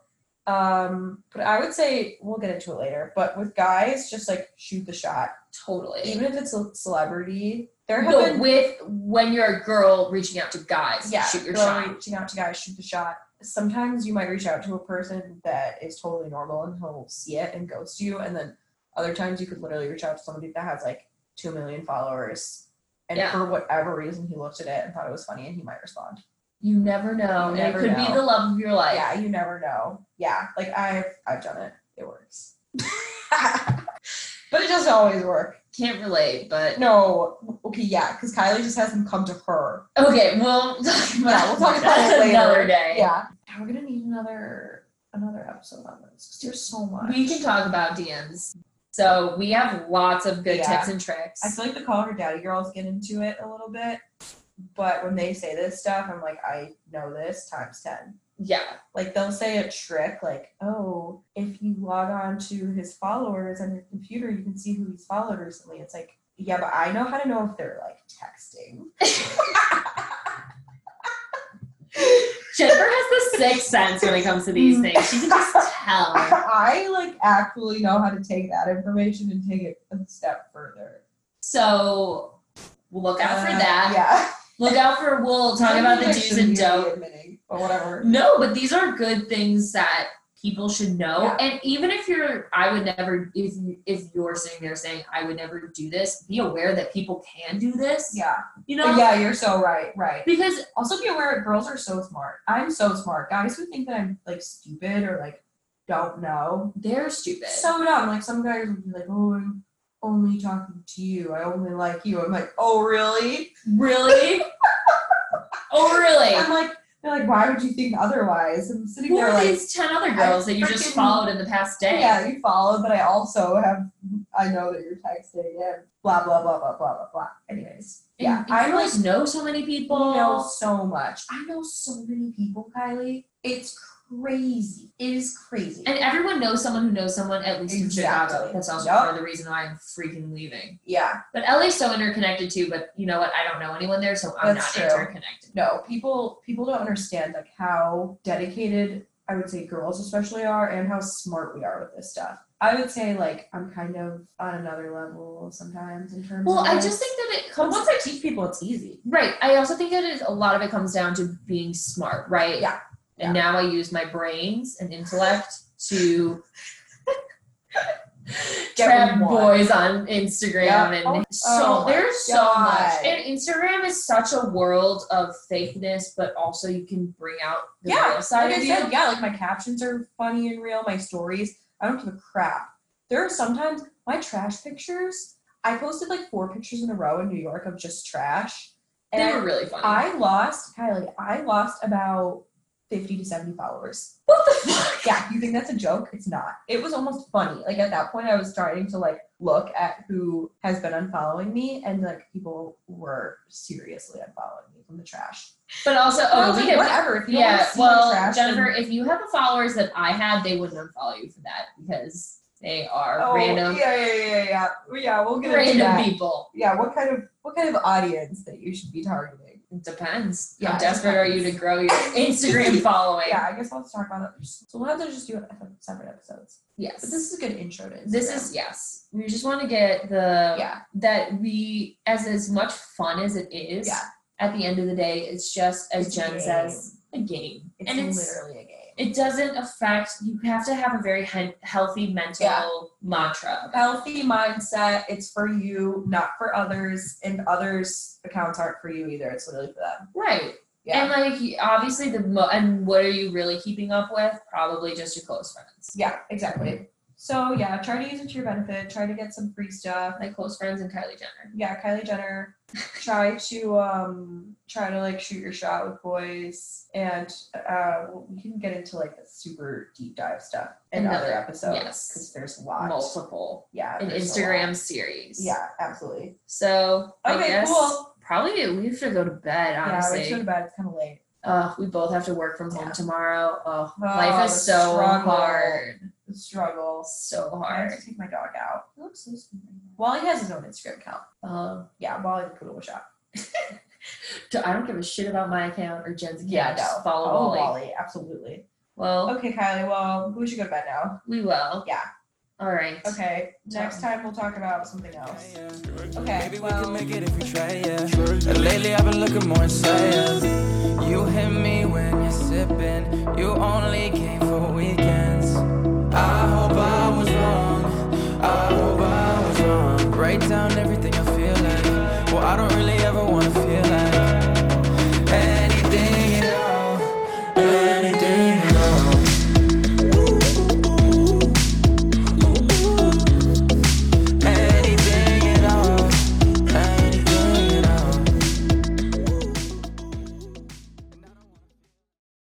Speaker 2: Um, but I would say we'll get into it later. But with guys, just like shoot the shot,
Speaker 3: Totally.
Speaker 2: even if it's a celebrity. There have
Speaker 3: No,
Speaker 2: been
Speaker 3: with when you're a girl reaching out to guys,
Speaker 2: yeah,
Speaker 3: shoot your
Speaker 2: girl
Speaker 3: shot.
Speaker 2: reaching out to guys, shoot the shot. Sometimes you might reach out to a person that is totally normal and he'll see it and ghost you, and then other times you could literally reach out to somebody that has like two million followers, and
Speaker 3: Yeah.
Speaker 2: for whatever reason he looked at it and thought it was funny and he might respond.
Speaker 3: You never know.
Speaker 2: You
Speaker 3: and
Speaker 2: never
Speaker 3: it could be
Speaker 2: know.
Speaker 3: the love of your life.
Speaker 2: yeah, you never know. Yeah, like I've I've done it. It works. but it doesn't always work.
Speaker 3: Can't relate, but
Speaker 2: No, okay, yeah, because Kylie just has them come to her.
Speaker 3: okay. We'll talk about,
Speaker 2: Yeah, we'll talk about
Speaker 3: that
Speaker 2: it later.
Speaker 3: another day.
Speaker 2: Yeah. We're gonna need another another episode on this because there's so much.
Speaker 3: We can talk about DMs. So we have lots of good
Speaker 2: Yeah.
Speaker 3: tips and tricks.
Speaker 2: I feel like the call her daddy girls get into it a little bit, but when they say this stuff, I'm like, I know this times ten.
Speaker 3: yeah,
Speaker 2: Like they'll say a trick, like, oh, if you log on to his followers on your computer, you can see who he's followed recently. It's like, yeah, but I know how to know if they're like texting.
Speaker 3: Jennifer has the sixth sense when it comes to
Speaker 2: Mm.
Speaker 3: these things. She can just tell.
Speaker 2: I like actually know how to take that information and take it a step further.
Speaker 3: So look out for
Speaker 2: Uh,
Speaker 3: that.
Speaker 2: Yeah.
Speaker 3: Look out for. We'll talk about the
Speaker 2: I
Speaker 3: do's
Speaker 2: shouldn't
Speaker 3: and
Speaker 2: even
Speaker 3: don'ts.
Speaker 2: be Admitting, but whatever.
Speaker 3: No, but these are good things that people should know.
Speaker 2: Yeah.
Speaker 3: And even if you're, I would never. If you- if you're sitting there saying I would never do this, be aware that people can do this.
Speaker 2: Yeah.
Speaker 3: You know.
Speaker 2: Yeah, you're so right. Right.
Speaker 3: Because
Speaker 2: Also be aware girls are so smart. I'm so smart. Guys who think that I'm like stupid or like don't know.
Speaker 3: they're stupid.
Speaker 2: So dumb. Like some guys would be like, Oh, I'm only talking to you. I only like you. I'm like, Oh really?
Speaker 3: really. oh
Speaker 2: I'm
Speaker 3: really?
Speaker 2: like they're like, why would you think otherwise? I'm sitting
Speaker 3: Who
Speaker 2: there
Speaker 3: are
Speaker 2: like
Speaker 3: these ten other girls that you just
Speaker 2: freaking-
Speaker 3: followed in the past day?
Speaker 2: Yeah, you follow, but I also have I know that you're texting and blah blah blah blah blah blah blah. Anyways. Yeah.
Speaker 3: And, and
Speaker 2: I'm
Speaker 3: you
Speaker 2: like
Speaker 3: guys know so many people.
Speaker 2: people know so much. I know so many people, Kylie. It's crazy. It is crazy.
Speaker 3: And everyone knows someone who knows someone, at least in Chicago.
Speaker 2: Exactly.
Speaker 3: That's also
Speaker 2: Yup.
Speaker 3: part of the reason why I'm freaking leaving.
Speaker 2: yeah.
Speaker 3: But LA's so interconnected too, but you know what? I don't know anyone there, so I'm
Speaker 2: That's
Speaker 3: not
Speaker 2: true.
Speaker 3: interconnected.
Speaker 2: No, people people don't understand like how dedicated I would say girls especially are and how smart we are with this stuff. I would say like I'm kind of on another level sometimes in terms
Speaker 3: Well,
Speaker 2: of
Speaker 3: I
Speaker 2: this.
Speaker 3: just think that it
Speaker 2: But
Speaker 3: comes
Speaker 2: once I teach people it's easy.
Speaker 3: right. I also think that it, a lot of it comes down to being smart, right?
Speaker 2: Yeah.
Speaker 3: And now I use my brains and intellect to
Speaker 2: Get
Speaker 3: trap
Speaker 2: what you want.
Speaker 3: boys on Instagram
Speaker 2: Yeah.
Speaker 3: and
Speaker 2: Oh,
Speaker 3: so
Speaker 2: oh my
Speaker 3: there's so
Speaker 2: God.
Speaker 3: much. And Instagram is such a world of fakeness, but also you can bring out the
Speaker 2: Yeah,
Speaker 3: real side
Speaker 2: like
Speaker 3: of
Speaker 2: I
Speaker 3: you.
Speaker 2: said, yeah, like my captions are funny and real. My stories, I don't give a crap. There are sometimes my trash pictures. I posted like four pictures in a row in New York of just trash,
Speaker 3: They
Speaker 2: and
Speaker 3: were really funny.
Speaker 2: I lost Kylie. I lost about fifty to seventy followers.
Speaker 3: what the fuck?
Speaker 2: Yeah, you think that's a joke? It's not. It was almost funny. Like at that point, I was starting to like look at who has been unfollowing me, and like people were seriously unfollowing me from the trash.
Speaker 3: But also,
Speaker 2: So I
Speaker 3: oh,
Speaker 2: was
Speaker 3: look
Speaker 2: like,
Speaker 3: at
Speaker 2: whatever. If you don't
Speaker 3: yeah.
Speaker 2: want to see my
Speaker 3: Well,
Speaker 2: trash, then-
Speaker 3: Jennifer, if you have the followers that I had, they wouldn't unfollow you for that because they are
Speaker 2: Oh,
Speaker 3: random,
Speaker 2: Yeah, yeah, yeah, yeah. Well, Yeah, we'll get into
Speaker 3: random
Speaker 2: that.
Speaker 3: people.
Speaker 2: Yeah, what kind of what kind of audience that you should be targeting?
Speaker 3: It depends.
Speaker 2: Yeah,
Speaker 3: How
Speaker 2: it
Speaker 3: desperate are you to
Speaker 2: depends.
Speaker 3: grow your Instagram following?
Speaker 2: Yeah, I guess let's talk about that. So we'll have to just do it in separate episodes.
Speaker 3: Yes.
Speaker 2: But this is a good intro to Instagram.
Speaker 3: This um, is yes. We just want to get the
Speaker 2: yeah,
Speaker 3: that we as as much fun as it is.
Speaker 2: Yeah.
Speaker 3: At the end of the day, it's just as
Speaker 2: It's a
Speaker 3: Jen
Speaker 2: game.
Speaker 3: says, a game,
Speaker 2: it's
Speaker 3: and it's
Speaker 2: literally a game.
Speaker 3: it doesn't affect. You have to have a very he- healthy mental
Speaker 2: Yeah.
Speaker 3: mantra. about
Speaker 2: Healthy mindset. It's for you, not for others, and others accounts aren't for you either. It's literally for them.
Speaker 3: Right.
Speaker 2: Yeah.
Speaker 3: And like y- obviously the mo- and what are you really keeping up with? Probably just your close friends.
Speaker 2: yeah, exactly. So yeah, try to use it to your benefit. Try to get some free stuff.
Speaker 3: My close friends and Kylie Jenner.
Speaker 2: yeah, Kylie Jenner, try to um try to like shoot your shot with boys, and uh we can get into like the super deep dive stuff in
Speaker 3: Another-
Speaker 2: other episodes
Speaker 3: yes.
Speaker 2: because there's a lot.
Speaker 3: Multiple.
Speaker 2: Yeah,
Speaker 3: An
Speaker 2: there's a lot.
Speaker 3: Instagram series.
Speaker 2: Yeah, absolutely.
Speaker 3: So I
Speaker 2: Okay,
Speaker 3: guess
Speaker 2: cool.
Speaker 3: probably we have to go to bed,
Speaker 2: Yeah, we
Speaker 3: honestly.
Speaker 2: should go to bed. It's kind of late.
Speaker 3: uh, we both have to work from home
Speaker 2: Yeah.
Speaker 3: tomorrow. Oh,
Speaker 2: Oh,
Speaker 3: life
Speaker 2: the
Speaker 3: is so
Speaker 2: struggle.
Speaker 3: hard.
Speaker 2: The struggle.
Speaker 3: So
Speaker 2: I have
Speaker 3: hard.
Speaker 2: to take my dog out. He looks so sweet. Wally has his own Instagram account.
Speaker 3: Uh,
Speaker 2: Yeah, Wally the poodle shop.
Speaker 3: d- I don't give a shit about my account or Jen's account.
Speaker 2: Yeah,
Speaker 3: Just
Speaker 2: no.
Speaker 3: follow
Speaker 2: Oh,
Speaker 3: Wally.
Speaker 2: Wally, absolutely.
Speaker 3: Well,
Speaker 2: Okay, Kylie. Well, we should go to bed now.
Speaker 3: we will.
Speaker 2: Yeah.
Speaker 3: All right.
Speaker 2: Okay. Next time we'll talk about something else. Okay.
Speaker 1: Maybe we
Speaker 2: Well.
Speaker 1: can make it if we try, yeah. And lately I've been looking more inside, yeah. You hit me when you're sipping. You only came for weekends. I hope I was wrong. I hope I was wrong. Write down everything I feel like. Well, I don't really ever wanna